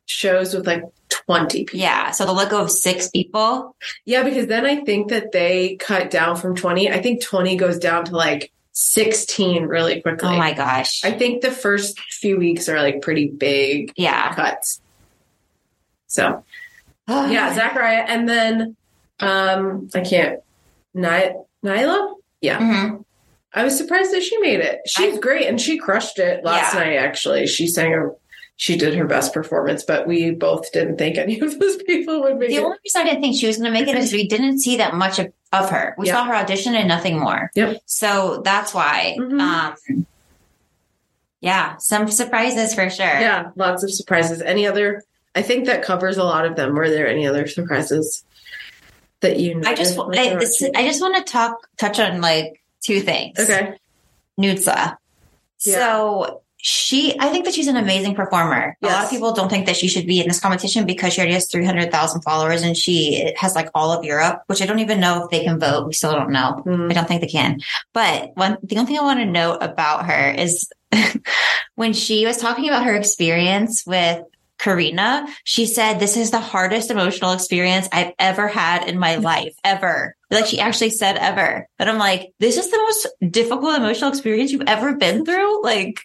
Speaker 3: shows with like twenty people.
Speaker 2: yeah. So the let go of six people.
Speaker 3: Yeah, because then I think that they cut down from 20. I think 20 goes down to like 16 really quickly.
Speaker 2: Oh my gosh.
Speaker 3: I think the first few weeks are like pretty big
Speaker 2: yeah.
Speaker 3: cuts. So, yeah, Zachariah. And then um I can't, Ni- Nyla?
Speaker 2: Mhm.
Speaker 3: I was surprised that she made it. She's
Speaker 2: I-
Speaker 3: great and she crushed it last
Speaker 2: Yeah.
Speaker 3: night actually. She sang her she did her best performance, but we both didn't think any of those people would make
Speaker 2: The
Speaker 3: it.
Speaker 2: only reason I didn't think she was going to make it is we didn't see that much of, of her. We
Speaker 3: Yeah.
Speaker 2: saw her audition and nothing more.
Speaker 3: Yep.
Speaker 2: So that's why.
Speaker 3: Mhm.
Speaker 2: Um, yeah, some surprises for sure.
Speaker 3: Yeah, lots of surprises. Any other I think that covers a lot of them. Were there any other surprises that you
Speaker 2: I just
Speaker 3: noticed?
Speaker 2: I, this, I just want to talk touch on like two things.
Speaker 3: Okay.
Speaker 2: Nutza.
Speaker 3: Yeah.
Speaker 2: So she, I think that she's an amazing performer. A lot
Speaker 3: Yes.
Speaker 2: of people don't think that she should be in this competition because she already has 300,000 followers and she has like all of Europe, which I don't even know if they can vote. We still don't know.
Speaker 3: Mm.
Speaker 2: I don't think they can. But one, the only thing I want to note about her is when she was talking about her experience with Karina, she said, This is the hardest emotional experience I've ever had in my life, ever. Like she actually said, ever. But I'm like, This is the most difficult emotional experience you've ever been through. Like,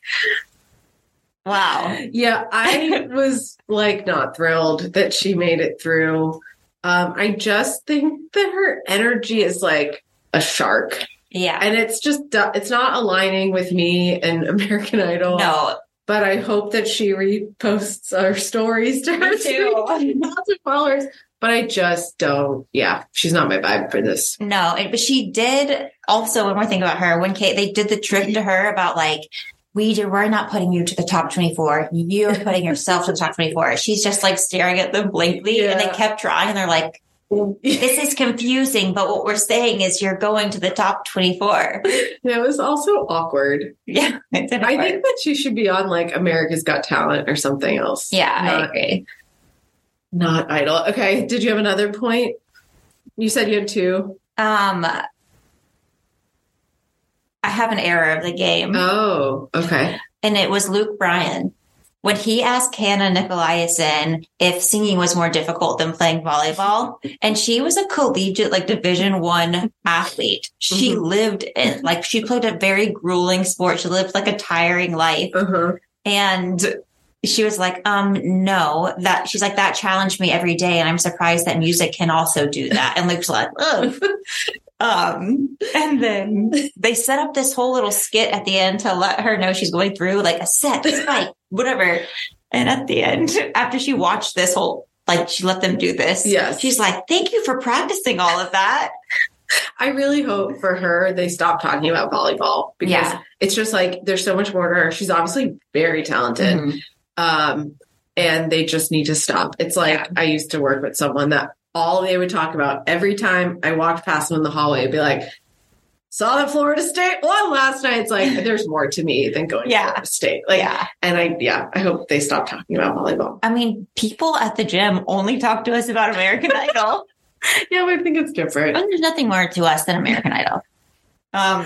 Speaker 2: wow.
Speaker 3: Yeah, I was like not thrilled that she made it through. Um, I just think that her energy is like a shark,
Speaker 2: Yeah.
Speaker 3: and it's just it's not aligning with me and American Idol.
Speaker 2: No,
Speaker 3: But I hope that she reposts our stories to her
Speaker 2: Me too.
Speaker 3: Lots of followers. But I just don't. Yeah, she's not my vibe for this.
Speaker 2: No, it, but she did also one more thing about her. When Kate, they did the trick to her about like, we did, we're not putting you to the top 24. You're putting yourself to the top 24. She's just like staring at them blankly and they
Speaker 3: Yeah.
Speaker 2: kept trying and they're like, this is confusing, but what we're saying is you're going to the top 24.
Speaker 3: That was also awkward.
Speaker 2: Yeah. it didn't
Speaker 3: I
Speaker 2: work.
Speaker 3: think that she should be on like America's Got Talent or something else.
Speaker 2: yeah, I
Speaker 3: Not-
Speaker 2: agree.
Speaker 3: Not idle. Okay. Did you have another point? You said you had two.
Speaker 2: Um, I have an error of the game.
Speaker 3: Oh, okay.
Speaker 2: and it was Luke Bryan. When he asked Hannah Nicolaisen if singing was more difficult than playing volleyball, and she was a collegiate, like Division One athlete. She
Speaker 3: Mhm.
Speaker 2: lived in, like, she played a very grueling sport. She lived like a tiring life,
Speaker 3: Uh huh.
Speaker 2: and she was like, "Um, no, that." She's like, "That challenged me every day, and I'm surprised that music can also do that." And Luke's like, "Ugh." Um, and then they set up this whole little skit at the end to let her know she's going through like a set, spike, whatever. And at the end, after she watched this whole, like she let them do this.
Speaker 3: Yes.
Speaker 2: She's like, thank you for practicing all of that.
Speaker 3: I really hope for her they stop talking about volleyball because
Speaker 2: Yeah.
Speaker 3: it's just like there's so much more to her. She's obviously very talented. Um, and they just need to stop. It's like
Speaker 2: Yeah.
Speaker 3: I used to work with someone that all they would talk about every time I walked past them in the hallway, it'd be like, saw that Florida State won last night. It's like there's more to me than going to
Speaker 2: Yeah.
Speaker 3: Florida State. Like
Speaker 2: yeah.
Speaker 3: and I yeah, I hope they stop talking about volleyball.
Speaker 2: I mean, people at the gym only talk to us about American Idol.
Speaker 3: Yeah, I think it's different.
Speaker 2: And there's nothing more to us than American Idol. Um,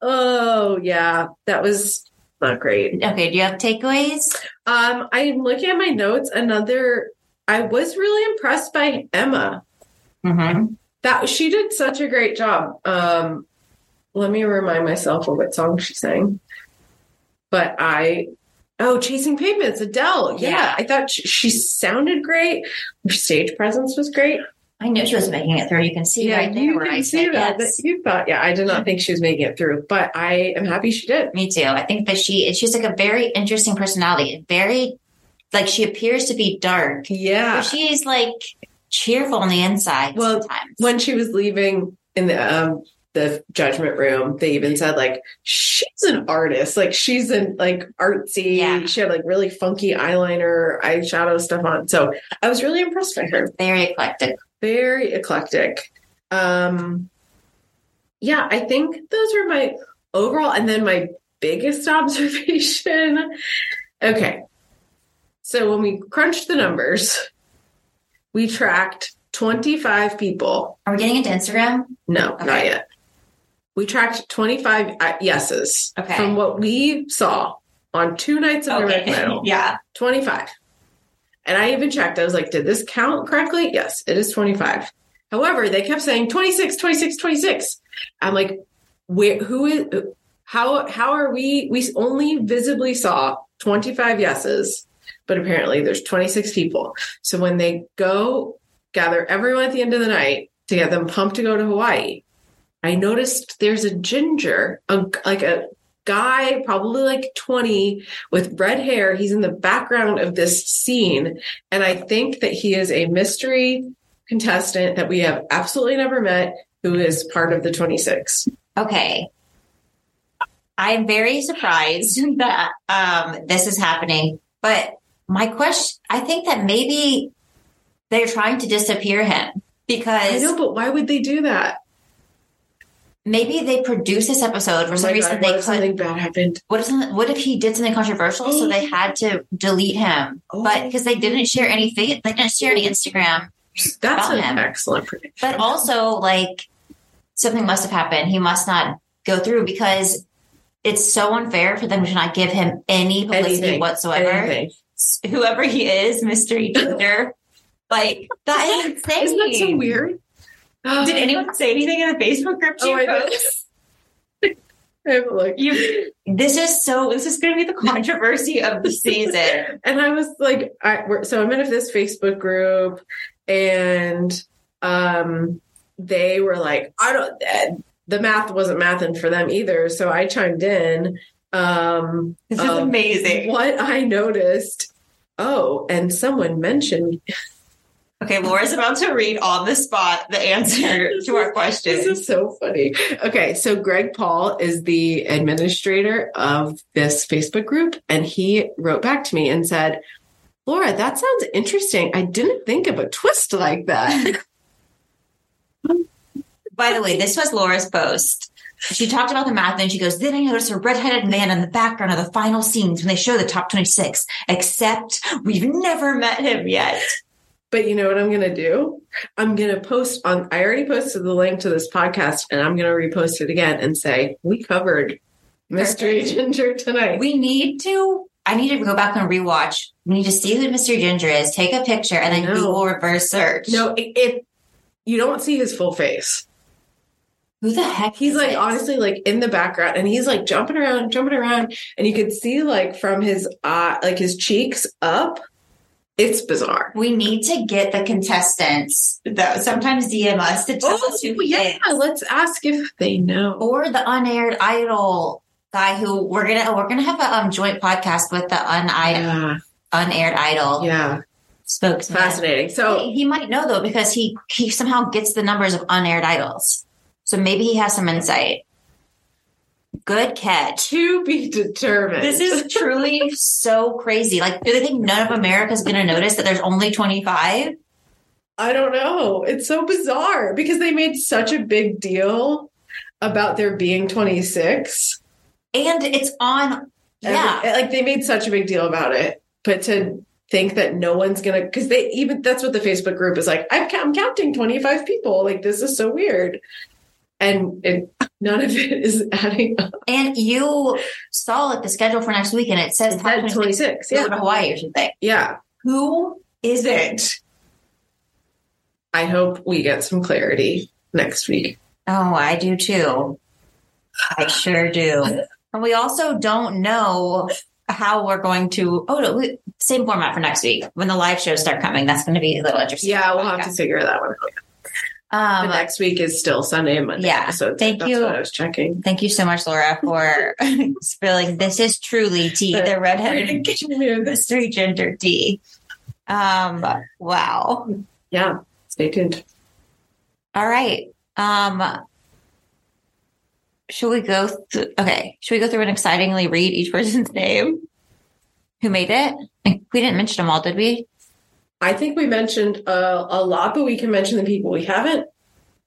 Speaker 3: Oh, yeah. That was not great.
Speaker 2: okay. Do you have takeaways?
Speaker 3: Um, I'm looking at my notes. Another, I was really impressed by Emma.
Speaker 2: Mm-hmm.
Speaker 3: That she did such a great job. Um, let me remind myself of what song she sang. But I, oh, Chasing Pavements, Adele. Yeah,
Speaker 2: Yeah.
Speaker 3: I thought she, she sounded great. Her stage presence was great.
Speaker 2: I knew she was making it through. You can see right there
Speaker 3: you
Speaker 2: where
Speaker 3: can
Speaker 2: I
Speaker 3: see
Speaker 2: said
Speaker 3: that.
Speaker 2: yes.
Speaker 3: that You thought, yeah, I did not think she was making it through, but I am happy she did.
Speaker 2: Me too. I think that she and she's like a very interesting personality. Very like she appears to be dark,
Speaker 3: Yeah.
Speaker 2: but she's like cheerful on the inside.
Speaker 3: Well,
Speaker 2: sometimes.
Speaker 3: when she was leaving in the um the judgment room, they even said like she's an artist, like she's an like artsy.
Speaker 2: Yeah.
Speaker 3: She had like really funky eyeliner, eyeshadow stuff on. So I was really impressed by her.
Speaker 2: very eclectic.
Speaker 3: Very eclectic. Um yeah, I think those are my overall and then my biggest observation. Okay. So when we crunched the numbers, we tracked 25 people
Speaker 2: Are we getting into Instagram?
Speaker 3: no, not
Speaker 2: Okay.
Speaker 3: yet. We tracked 25 uh, yeses
Speaker 2: Okay.
Speaker 3: from what we saw on two nights of American Idol.
Speaker 2: yeah.
Speaker 3: 25. And I even checked. I was like, did this count correctly? Yes, it is 25. However, they kept saying 26, 26, 26. I'm like, where, who is, how, how are we, we only visibly saw 25 yeses, but apparently there's 26 people. So when they go gather everyone at the end of the night to get them pumped to go to Hawaii, I noticed there's a ginger, a, like a guy, probably like 20, with red hair. He's in the background of this scene. And I think that he is a mystery contestant that we have absolutely never met who is part of the 26.
Speaker 2: Okay. I'm very surprised that um, this is happening. But my question, I think that maybe they're trying to disappear him
Speaker 3: I
Speaker 2: because
Speaker 3: know, but why would they do that?
Speaker 2: maybe they produced this episode for
Speaker 3: Oh
Speaker 2: some
Speaker 3: my
Speaker 2: reason
Speaker 3: God,
Speaker 2: they couldn't.
Speaker 3: what if something bad happened?
Speaker 2: what if something, what if he did something controversial so
Speaker 3: Oh.
Speaker 2: they had to delete him? But because they didn't share any, fa- they didn't share any Instagram.
Speaker 3: That's
Speaker 2: about
Speaker 3: an
Speaker 2: him.
Speaker 3: excellent prediction.
Speaker 2: But also, like, something must have happened. He must not go through because it's so unfair for them to not give him any publicity
Speaker 3: Anything.
Speaker 2: whatsoever.
Speaker 3: Anything.
Speaker 2: S- Whoever he is, Mystery Ginger, like, that is insane.
Speaker 3: Isn't that so weird?
Speaker 2: Did anyone say anything in the Facebook group?
Speaker 3: Oh,
Speaker 2: you
Speaker 3: I did.
Speaker 2: folks?
Speaker 3: I haven't looked.
Speaker 2: You, this is so, this is going to be the controversy of the season.
Speaker 3: and I was like, I we're, so I'm in this Facebook group, and um, they were like, I don't. eh, The math wasn't mathing for them either, so I chimed in. Um,
Speaker 2: This is
Speaker 3: of
Speaker 2: amazing.
Speaker 3: What I noticed. Oh, and someone mentioned
Speaker 2: Okay, Laura's about to read on the spot the answer to our
Speaker 3: this
Speaker 2: question.
Speaker 3: is so funny. Okay, so Greg Paul is the administrator of this Facebook group, and he wrote back to me and said, Laura, that sounds interesting. I didn't think of a twist like that.
Speaker 2: By the way, this was Laura's post. She talked about the math and she goes, Then I noticed a redheaded man in the background of the final scenes when they show the top 26, except we've never met him yet.
Speaker 3: But you know what I'm going to do? I'm going to post on, I already posted the link to this podcast and I'm going to repost it again and say, we covered Mystery
Speaker 2: Perfect.
Speaker 3: Ginger tonight.
Speaker 2: We need to, I need to go back and rewatch. We need to see who Mr. Ginger is, take a picture, and then
Speaker 3: No.
Speaker 2: Google reverse search.
Speaker 3: no, i- if you don't see his full face,
Speaker 2: Who the heck?
Speaker 3: he's
Speaker 2: is
Speaker 3: like
Speaker 2: it?
Speaker 3: honestly like in the background and he's like jumping around, jumping around. And you can see like from his eye, like his cheeks up. It's bizarre.
Speaker 2: We need to get the contestants, though, sometimes DM us to tell us who he is.
Speaker 3: Oh, Let's ask if they know.
Speaker 2: or the unaired idol guy who we're gonna we're gonna have a um, joint podcast with the unaired
Speaker 3: Yeah.
Speaker 2: unaired idol
Speaker 3: Yeah.
Speaker 2: spokesman.
Speaker 3: Fascinating. So
Speaker 2: He, he might know though because he he somehow gets the numbers of unaired idols, so maybe he has some insight. Good catch.
Speaker 3: to be determined.
Speaker 2: This is truly so crazy. Like, do they think none of America's gonna notice that there's only 25?
Speaker 3: I don't know. It's so bizarre because they made such a big deal about there being 26.
Speaker 2: And it's on. Yeah,
Speaker 3: Every- eh, like they made such a big deal about it. But to think that no one's going to, because they even, that's what the Facebook group is like. I've, ca- I'm counting 25 people. Like this is so weird. And it, none of it is adding up.
Speaker 2: and you saw like the schedule for next week, and it says top 26 go to
Speaker 3: Yeah.
Speaker 2: Hawaii or something.
Speaker 3: Yeah.
Speaker 2: Who is it?
Speaker 3: I hope we get some clarity next week.
Speaker 2: Oh, I do too. I sure do. And we also don't know how we're going to. Oh, no, we, same format for next week when the live shows start coming. That's going to be a little interesting.
Speaker 3: Yeah. We'll have to figure that one out. The
Speaker 2: Um,
Speaker 3: next week is still Sunday and Monday.
Speaker 2: Yeah.
Speaker 3: episodes.
Speaker 2: Thank
Speaker 3: That's
Speaker 2: you.
Speaker 3: what I was checking.
Speaker 2: thank you so much, Laura, for spilling. This is truly tea, the redheaded mystery ginger tea. Um, wow.
Speaker 3: Yeah, stay tuned.
Speaker 2: All right. Um, should we go? Th- okay. Should we go through and excitingly read each person's name who made it? Like, We didn't mention them all, did we?
Speaker 3: I think we mentioned uh, a lot, but we can mention the people we haven't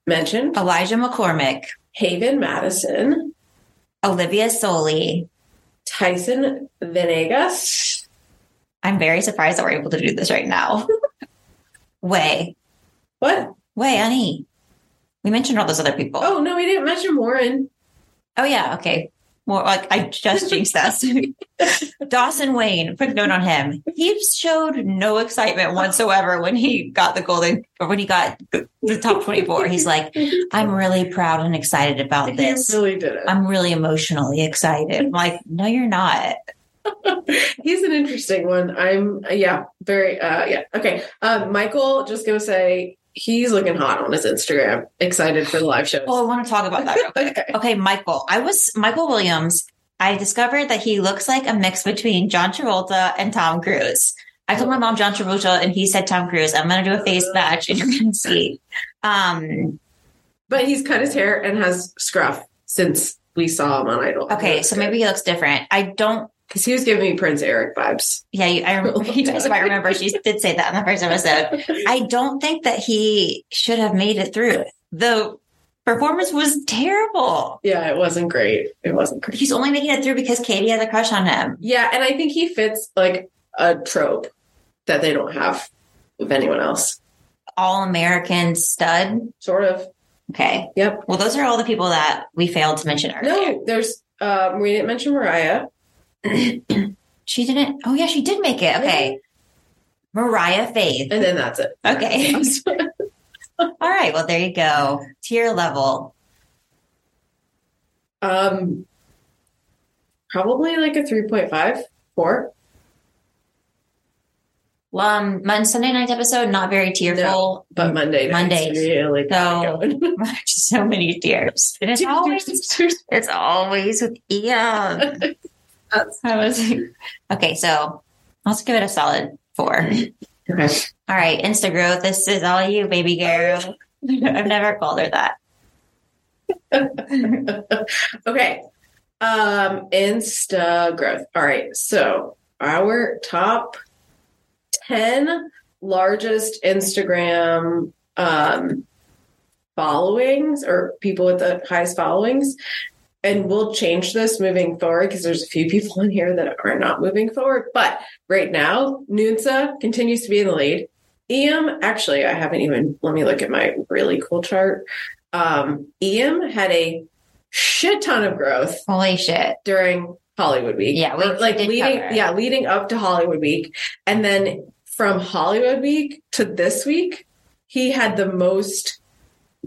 Speaker 3: mentioned
Speaker 2: Elijah McCormick,
Speaker 3: Haven Madison,
Speaker 2: Olivia Soli.
Speaker 3: Tyson Venegas,
Speaker 2: I'm very surprised that we're able to do this right now. Way,
Speaker 3: what?
Speaker 2: way, honey. We mentioned all those other people. Oh,
Speaker 3: Oh, no, we didn't mention Warren.
Speaker 2: yeah. Okay. Well, like I just jinxed us. Dawson Wayne, quick note on him. He showed no excitement whatsoever when he got the golden or when he got the top 24. He's like, I'm really proud and excited about this.
Speaker 3: He really did it.
Speaker 2: I'm really emotionally excited. I'm like, no, you're not.
Speaker 3: He's an interesting one. I'm, uh, yeah, very, uh, yeah. Okay. Um, Michael, uh, just going to say He's looking hot on his Instagram. Excited for the live shows.
Speaker 2: Well, I want to talk about that. real quick.
Speaker 3: okay.
Speaker 2: okay, Michael. I was Michael Williams. I discovered that he looks like a mix between John Travolta and Tom Cruise. I told my mom John Travolta, and he said Tom Cruise. I'm gonna do a face match, and you're gonna see. Um,
Speaker 3: But he's cut his hair and has scruff since we saw him on Idol.
Speaker 2: okay, so maybe he looks different. I don't.
Speaker 3: because he was giving me Prince Eric vibes.
Speaker 2: Yeah, you, I remember, you guys might remember she did say that in the first episode. I don't think that he should have made it through. The performance was terrible.
Speaker 3: Yeah, it wasn't great. It wasn't great.
Speaker 2: He's only making it through because Katie has a crush on him.
Speaker 3: Yeah, and I think he fits like a trope that they don't have with anyone else.
Speaker 2: All American stud.
Speaker 3: Sort of.
Speaker 2: Okay.
Speaker 3: Yep.
Speaker 2: Well, those are all the people that we failed to mention earlier.
Speaker 3: No, there's uh we didn't mention Mariah.
Speaker 2: She didn't. Oh, yeah, she did make it. Okay. Mm-hmm. Mariah Faith.
Speaker 3: And then that's it.
Speaker 2: Okay. All right. Well, there you go. Tier level.
Speaker 3: um probably like a 3.5, 4.
Speaker 2: Um, mon- Sunday night episode, not very tearful.
Speaker 3: But Monday nights
Speaker 2: Mondays.
Speaker 3: really
Speaker 2: So-
Speaker 3: got me going.
Speaker 2: Just so many tears. And it's always it's always with Ian. That's how I was Okay, so let's give it a solid four.
Speaker 3: Okay.
Speaker 2: All right, Insta growth. This is all you, baby girl. I've never called her that.
Speaker 3: Okay. Um, Insta growth. All right. So our top 10 largest Instagram um, followings or people with the highest followings. And we'll change this moving forward because there's a few people in here that are not moving forward. But right now, Nunsa continues to be in the lead. EM, actually, I haven't even, let me look at my really cool chart. Um, EM had a shit ton of growth
Speaker 2: Holy shit.
Speaker 3: during Hollywood Week.
Speaker 2: Yeah, we
Speaker 3: Or, like
Speaker 2: did
Speaker 3: leading
Speaker 2: cover it.
Speaker 3: yeah, leading up to Hollywood Week. And then from Hollywood Week to this week, he had the most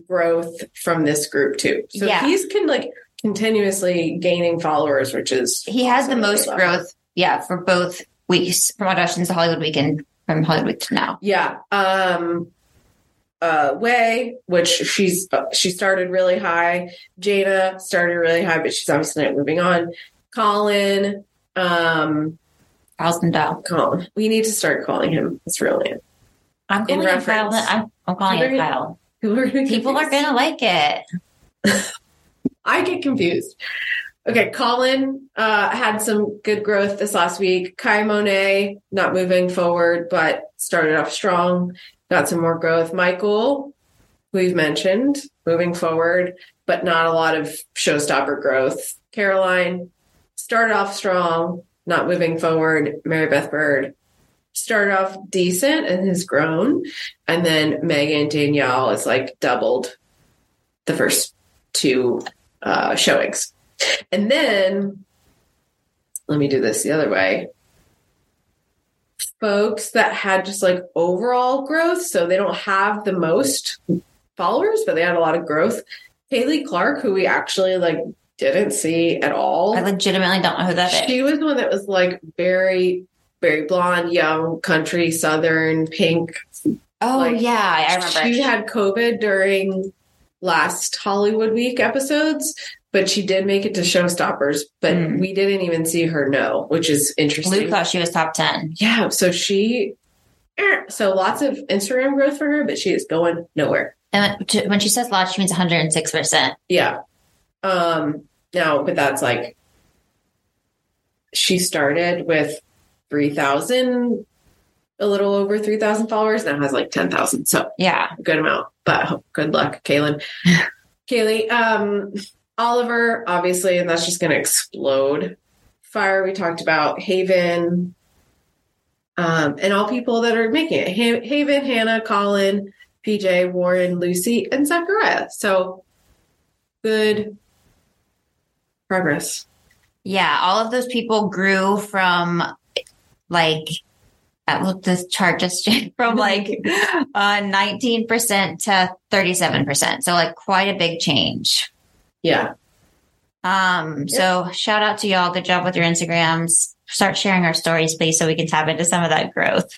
Speaker 3: growth from this group too. So
Speaker 2: Yeah.
Speaker 3: he's can like continuously gaining followers, which is
Speaker 2: He has the
Speaker 3: Awesome.
Speaker 2: most growth, yeah, for both weeks from auditions to Hollywood Weekend, from Hollywood Week to now.
Speaker 3: yeah. Um uh Way, which she's uh, she started really high. Jada started really high, but she's obviously not moving on. Colin, um
Speaker 2: Thousand dollars.
Speaker 3: Colin. We need to start calling him his real name.
Speaker 2: I'm calling
Speaker 3: In
Speaker 2: it Kyle.
Speaker 3: reference.
Speaker 2: I'm, I'm calling it
Speaker 3: Very-
Speaker 2: Kyle.
Speaker 3: People are gonna get
Speaker 2: People are
Speaker 3: confused.
Speaker 2: gonna like it.
Speaker 3: I get confused. Okay, Colin uh, had some good growth this last week. Kai Monet not moving forward, but started off strong. Got some more growth. Michael, we've mentioned, moving forward, but not a lot of showstopper growth. Caroline started off strong, not moving forward. Mary Beth Bird started off decent and has grown. And then Megan Danielle is like doubled the first two uh, showings. And then let me do this the other way. Folks that had just like overall growth, so they don't have the most followers, but they had a lot of growth. Haley Clark, who we actually like didn't see at all.
Speaker 2: I legitimately don't know who that is.
Speaker 3: She was the one that was like very, very blonde, young, country, southern, pink.
Speaker 2: Oh
Speaker 3: like,
Speaker 2: yeah, I remember.
Speaker 3: She had COVID during last Hollywood Week episodes, but she did make it to Showstoppers. But
Speaker 2: Mm.
Speaker 3: we didn't even see her no, which is interesting.
Speaker 2: Luke thought she was top ten.
Speaker 3: Yeah, so she. eh, So lots of Instagram growth for her, but she is going nowhere.
Speaker 2: And to- when she says lot, she means 106 percent.
Speaker 3: Yeah. Um now but that's like she started with 3000 a little over 3000 followers now has like 10,000. So
Speaker 2: Yeah.
Speaker 3: a good amount. But good luck, Kaylin. Kaylee, um Oliver obviously and that's just going to explode. Fire we talked about Haven um and all people that are making it. Ha- Haven, Hannah, Colin, PJ, Warren, Lucy and Zachariah. So good progress.
Speaker 2: Yeah, all of those people grew from like I looked this chart just from like uh, nineteen percent to thirty seven percent. So like quite a big change.
Speaker 3: Yeah.
Speaker 2: Um, so shout out to y'all. Good job with your Instagrams. Start sharing our stories, please, so we can tap into some of that growth.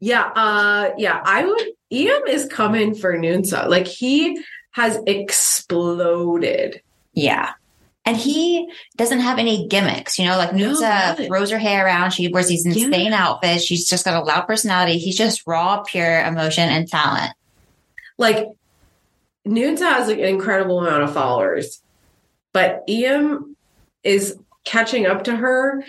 Speaker 3: Yeah, uh yeah, I would Ian is coming for Nunsa. Like he has exploded.
Speaker 2: Yeah. And he doesn't have any gimmicks, you know, like
Speaker 3: No,
Speaker 2: Nunza
Speaker 3: none.
Speaker 2: throws her hair around. She wears these
Speaker 3: Yeah.
Speaker 2: insane outfits. She's just got a loud personality. He's just raw, pure emotion and talent.
Speaker 3: Like Nunsa has like, an incredible amount of followers, but Ian is catching up to her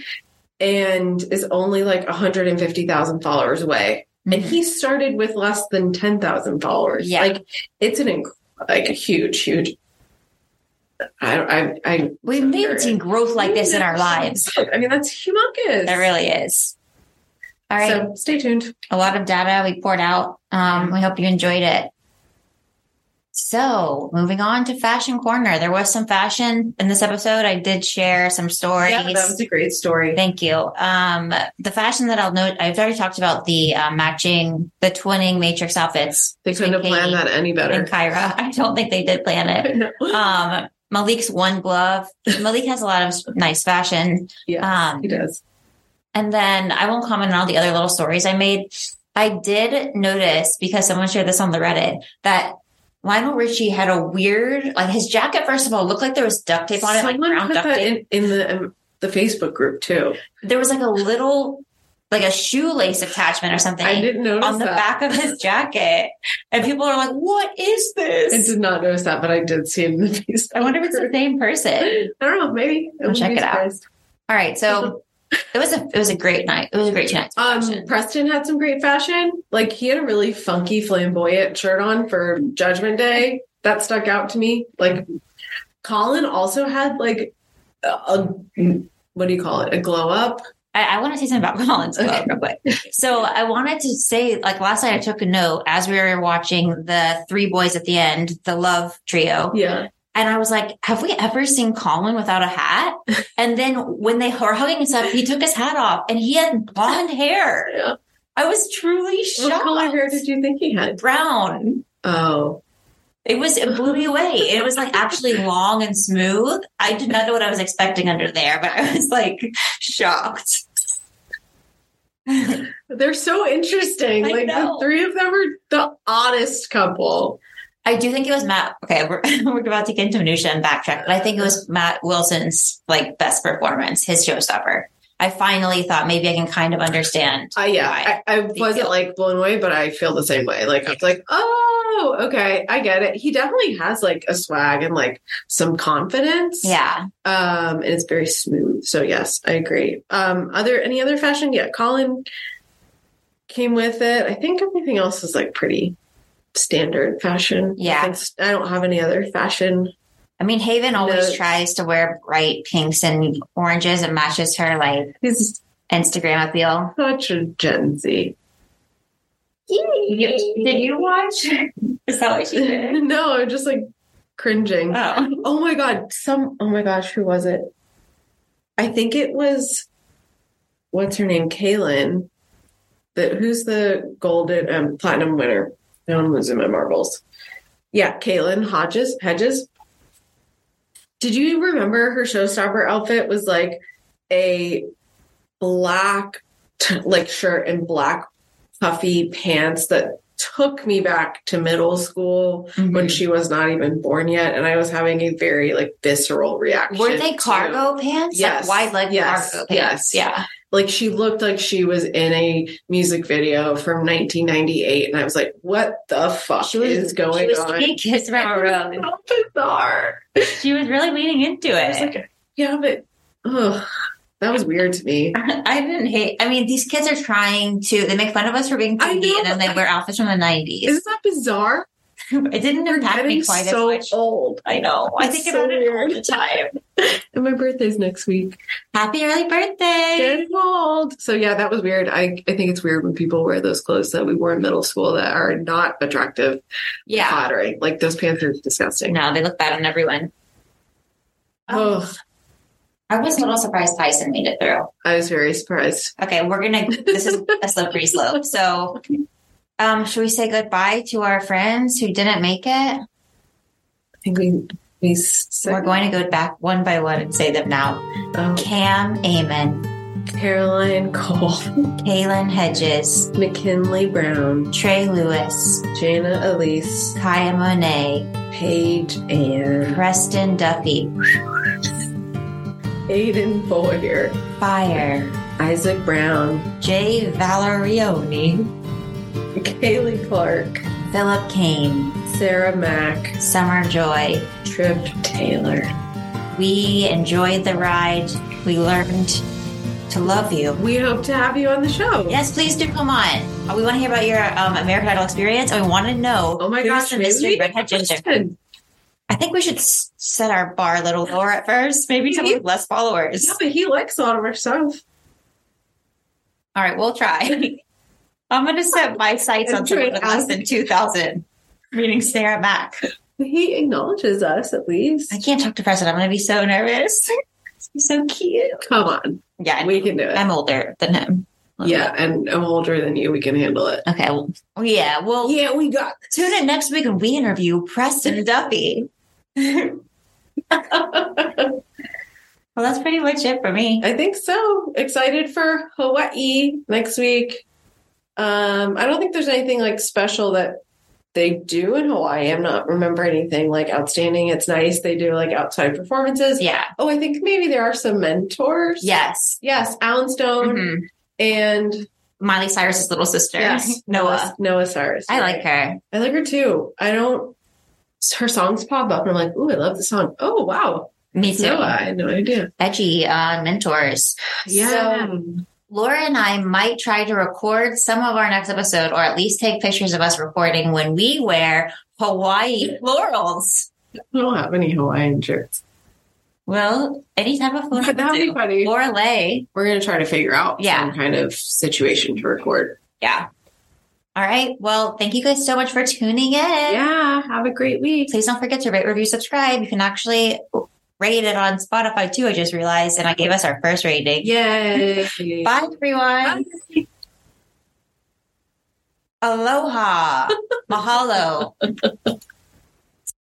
Speaker 3: and is only like 150,000 followers away.
Speaker 2: Mm-hmm.
Speaker 3: And he started with less than 10,000 followers.
Speaker 2: Yeah.
Speaker 3: Like it's an inc- like a huge huge I don't I I
Speaker 2: We've never seen growth like this in our lives.
Speaker 3: I mean that's humongous.
Speaker 2: That really is. All right.
Speaker 3: So stay tuned.
Speaker 2: a lot of data we poured out. Um, we hope you enjoyed it. So moving on to fashion corner, there was some fashion in this episode. I did share some stories.
Speaker 3: Yeah, that was a great story.
Speaker 2: Thank you. Um, the fashion that I'll note, I've already talked about the uh, matching, the twinning matrix outfits
Speaker 3: They couldn't have
Speaker 2: Katie
Speaker 3: planned that any
Speaker 2: and
Speaker 3: better.
Speaker 2: Kyra. I don't think they did plan it. Um, Malik's one glove. Malik has a lot of nice fashion.
Speaker 3: yeah,
Speaker 2: Um,
Speaker 3: he does.
Speaker 2: and then I won't comment on all the other little stories I made. I did notice because someone shared this on the Reddit that Lionel Richie had a weird, like his jacket, first of all, looked like there was duct tape on it, like
Speaker 3: Someone
Speaker 2: brown
Speaker 3: put
Speaker 2: duct
Speaker 3: that
Speaker 2: tape.
Speaker 3: in, in the um, the Facebook group too.
Speaker 2: There was like a little, like a shoelace attachment or something
Speaker 3: I didn't notice
Speaker 2: on the
Speaker 3: that.
Speaker 2: back of his jacket. And people are like, what is
Speaker 3: I
Speaker 2: this?
Speaker 3: did not notice that, but I did see it in the Facebook.
Speaker 2: I wonder if it's the same person.
Speaker 3: I don't know. Maybe I wouldn't
Speaker 2: check
Speaker 3: be
Speaker 2: it out.
Speaker 3: surprised.
Speaker 2: All right. So it was a, it was a great night. It was a great two nights. of
Speaker 3: Um,
Speaker 2: fashion.
Speaker 3: Preston had some great fashion. Like he had a really funky flamboyant shirt on for Judgment Day that stuck out to me. Like Colin also had like a, a- what do you call it? A glow up.
Speaker 2: I, I want to say something about Collins Club
Speaker 3: Okay.
Speaker 2: real quick. So I wanted to say, like last night, I took a note as we were watching the three boys at the end, the love trio,
Speaker 3: Yeah,
Speaker 2: and I was like, "Have we ever seen Colin without a hat?" And then when they were hugging us up, he took his hat off, and he had blonde hair.
Speaker 3: yeah.
Speaker 2: I was truly
Speaker 3: What
Speaker 2: shocked.
Speaker 3: color hair did you think he had?
Speaker 2: Brown.
Speaker 3: Oh,
Speaker 2: It was it blew me away. It was like actually long and smooth. I did not know what I was expecting under there, but I was like shocked.
Speaker 3: They're so interesting.
Speaker 2: I
Speaker 3: like
Speaker 2: know.
Speaker 3: the three of them are the oddest couple.
Speaker 2: I do think it was Matt. Okay, we're, we're about to get into minutia and backtrack, but I think it was Matt Wilson's like best performance, his showstopper. I finally thought maybe I can kind of understand.
Speaker 3: Uh, yeah, I, I wasn't like blown away, but I feel the same way. Like I was like, oh, okay, I get it. He definitely has like a swag and like some confidence.
Speaker 2: Yeah,
Speaker 3: Um, and it's very smooth. So yes, I agree. Um, other any other fashion? Yeah, Colin came with it. I think everything else is like pretty standard fashion.
Speaker 2: Yeah.
Speaker 3: I, think s- I don't have any other fashion.
Speaker 2: I mean Haven always
Speaker 3: No.
Speaker 2: tries to wear bright pinks and oranges. It matches her like
Speaker 3: He's
Speaker 2: Instagram appeal.
Speaker 3: such a Gen Z.
Speaker 2: Did you watch? Is that what she did?
Speaker 3: no, I'm just like cringing.
Speaker 2: Oh,
Speaker 3: Oh my god, some oh my gosh, who was it? I think it was what's her name? Kaylin. That who's the golden um platinum winner? No one losing my marbles. Yeah, Kaylin Hodges Hedges. Did you remember her showstopper outfit was like a black t- like shirt and black puffy pants that took me back to middle school when she was not even born yet, and I was having a very like visceral reaction.
Speaker 2: were they
Speaker 3: to-
Speaker 2: cargo pants?
Speaker 3: Yes.
Speaker 2: like wide leg
Speaker 3: Yes.
Speaker 2: cargo pants.
Speaker 3: Yes.
Speaker 2: Yeah.
Speaker 3: Like she looked like she was in a music video from 1998, and I was like, "What the fuck is going
Speaker 2: she was
Speaker 3: on?"
Speaker 2: taking kids from a road.
Speaker 3: How bizarre!
Speaker 2: She was really leaning into it.
Speaker 3: I was like, "Yeah, but ugh, that was weird to me."
Speaker 2: I didn't hate. I mean, these kids are trying to. They make fun of us for being
Speaker 3: I
Speaker 2: TV,
Speaker 3: know.
Speaker 2: and then they wear outfits from the nineties.
Speaker 3: Isn't that bizarre?
Speaker 2: It didn't
Speaker 3: We're
Speaker 2: impact me
Speaker 3: getting
Speaker 2: quite
Speaker 3: so
Speaker 2: as much.
Speaker 3: old,
Speaker 2: I know. I
Speaker 3: It's
Speaker 2: think
Speaker 3: so
Speaker 2: about it all
Speaker 3: weird.
Speaker 2: the time.
Speaker 3: and my birthday's next week.
Speaker 2: Happy early birthday!
Speaker 3: Getting old. So yeah, that was weird. I I think it's weird when people wear those clothes that we wore in middle school that are not attractive.
Speaker 2: Yeah.
Speaker 3: flattering. Like those pants are disgusting.
Speaker 2: No, they look bad on everyone.
Speaker 3: Oh,
Speaker 2: I was a little surprised Tyson made it through.
Speaker 3: I was very surprised.
Speaker 2: Okay, we're gonna. This is a slippery slope. So, um, should we say goodbye to our friends who didn't make it?
Speaker 3: I think we we s- said
Speaker 2: We're going to go back one by one and say them now.
Speaker 3: oh,
Speaker 2: Cam, Amen,
Speaker 3: Cam, Caroline Cole,
Speaker 2: Kaylin Hedges,
Speaker 3: McKinley Brown,
Speaker 2: Trey Lewis,
Speaker 3: Jana Elise,
Speaker 2: Kaya Monet,
Speaker 3: Paige Ann,
Speaker 2: Preston Duffy,
Speaker 3: Aiden Boyer,
Speaker 2: Fire,
Speaker 3: Isaac Brown,
Speaker 2: Jay Valerioni,
Speaker 3: Kaylee Clark,
Speaker 2: Philip Kane,
Speaker 3: Sarah Mack,
Speaker 2: Summer Joy.
Speaker 3: Trip Taylor.
Speaker 2: We enjoyed the ride. We learned to love you.
Speaker 3: We hope to have you on the show.
Speaker 2: Yes, please do come on. Uh, We want to hear about your um, American Idol experience, and we want to know.
Speaker 3: Oh my
Speaker 2: who's
Speaker 3: gosh,
Speaker 2: the
Speaker 3: maybe
Speaker 2: mystery
Speaker 3: we-
Speaker 2: redhead ginger. I think we should s- set our bar a little lower at first. Maybe someone with less followers.
Speaker 3: Yeah, but he likes a lot of our stuff.
Speaker 2: All right, we'll try. I'm going to set my sights on
Speaker 3: I'm trying
Speaker 2: someone with less than two thousand. Meaning Sarah Mack.
Speaker 3: He acknowledges us at least.
Speaker 2: I can't talk to Preston. I'm going to be so nervous. He's so cute.
Speaker 3: Come on,
Speaker 2: Yeah, and
Speaker 3: we can do it.
Speaker 2: I'm older than him.
Speaker 3: Yeah, and I'm older than you. We can handle it.
Speaker 2: Okay. Well, Oh, yeah. Well,
Speaker 3: Yeah, we got.
Speaker 2: Tune in next week when we interview Preston Duffy. well, that's pretty much it for me.
Speaker 3: I think so. Excited for Hawaii next week. Um, I don't think there's anything like special that they do in Hawaii. I'm not remember anything like outstanding. It's nice they do like outside performances.
Speaker 2: Yeah.
Speaker 3: Oh, I think maybe there are some mentors.
Speaker 2: Yes.
Speaker 3: Yes, Alan Stone
Speaker 2: Mhm.
Speaker 3: and
Speaker 2: Miley Cyrus's little sister, Noah.
Speaker 3: Noah Cyrus.
Speaker 2: I like her.
Speaker 3: I like her too. I don't. Her songs pop up, and I'm like, "Ooh, I love the song." Oh, wow,
Speaker 2: Me
Speaker 3: it's
Speaker 2: too.
Speaker 3: Noah. I had no idea.
Speaker 2: Veggie on mentors.
Speaker 3: Yeah,
Speaker 2: So, Laura and I might try to record some of our next episode, or at least take pictures of us recording when we wear Hawaii florals.
Speaker 3: we don't have any Hawaiian shirts.
Speaker 2: Well, any type of floral.
Speaker 3: That would be
Speaker 2: will do.
Speaker 3: funny.
Speaker 2: Or lay.
Speaker 3: We're gonna try to figure out
Speaker 2: Yeah.
Speaker 3: some kind of situation to record.
Speaker 2: Yeah. All right. Well, thank you guys so much for tuning in.
Speaker 3: Yeah, have a great week.
Speaker 2: Please don't forget to rate, review, subscribe. You can actually rate it on Spotify too. I just realized, and I gave us our first rating.
Speaker 3: Yay!
Speaker 2: Bye, everyone. Aloha. Mahalo.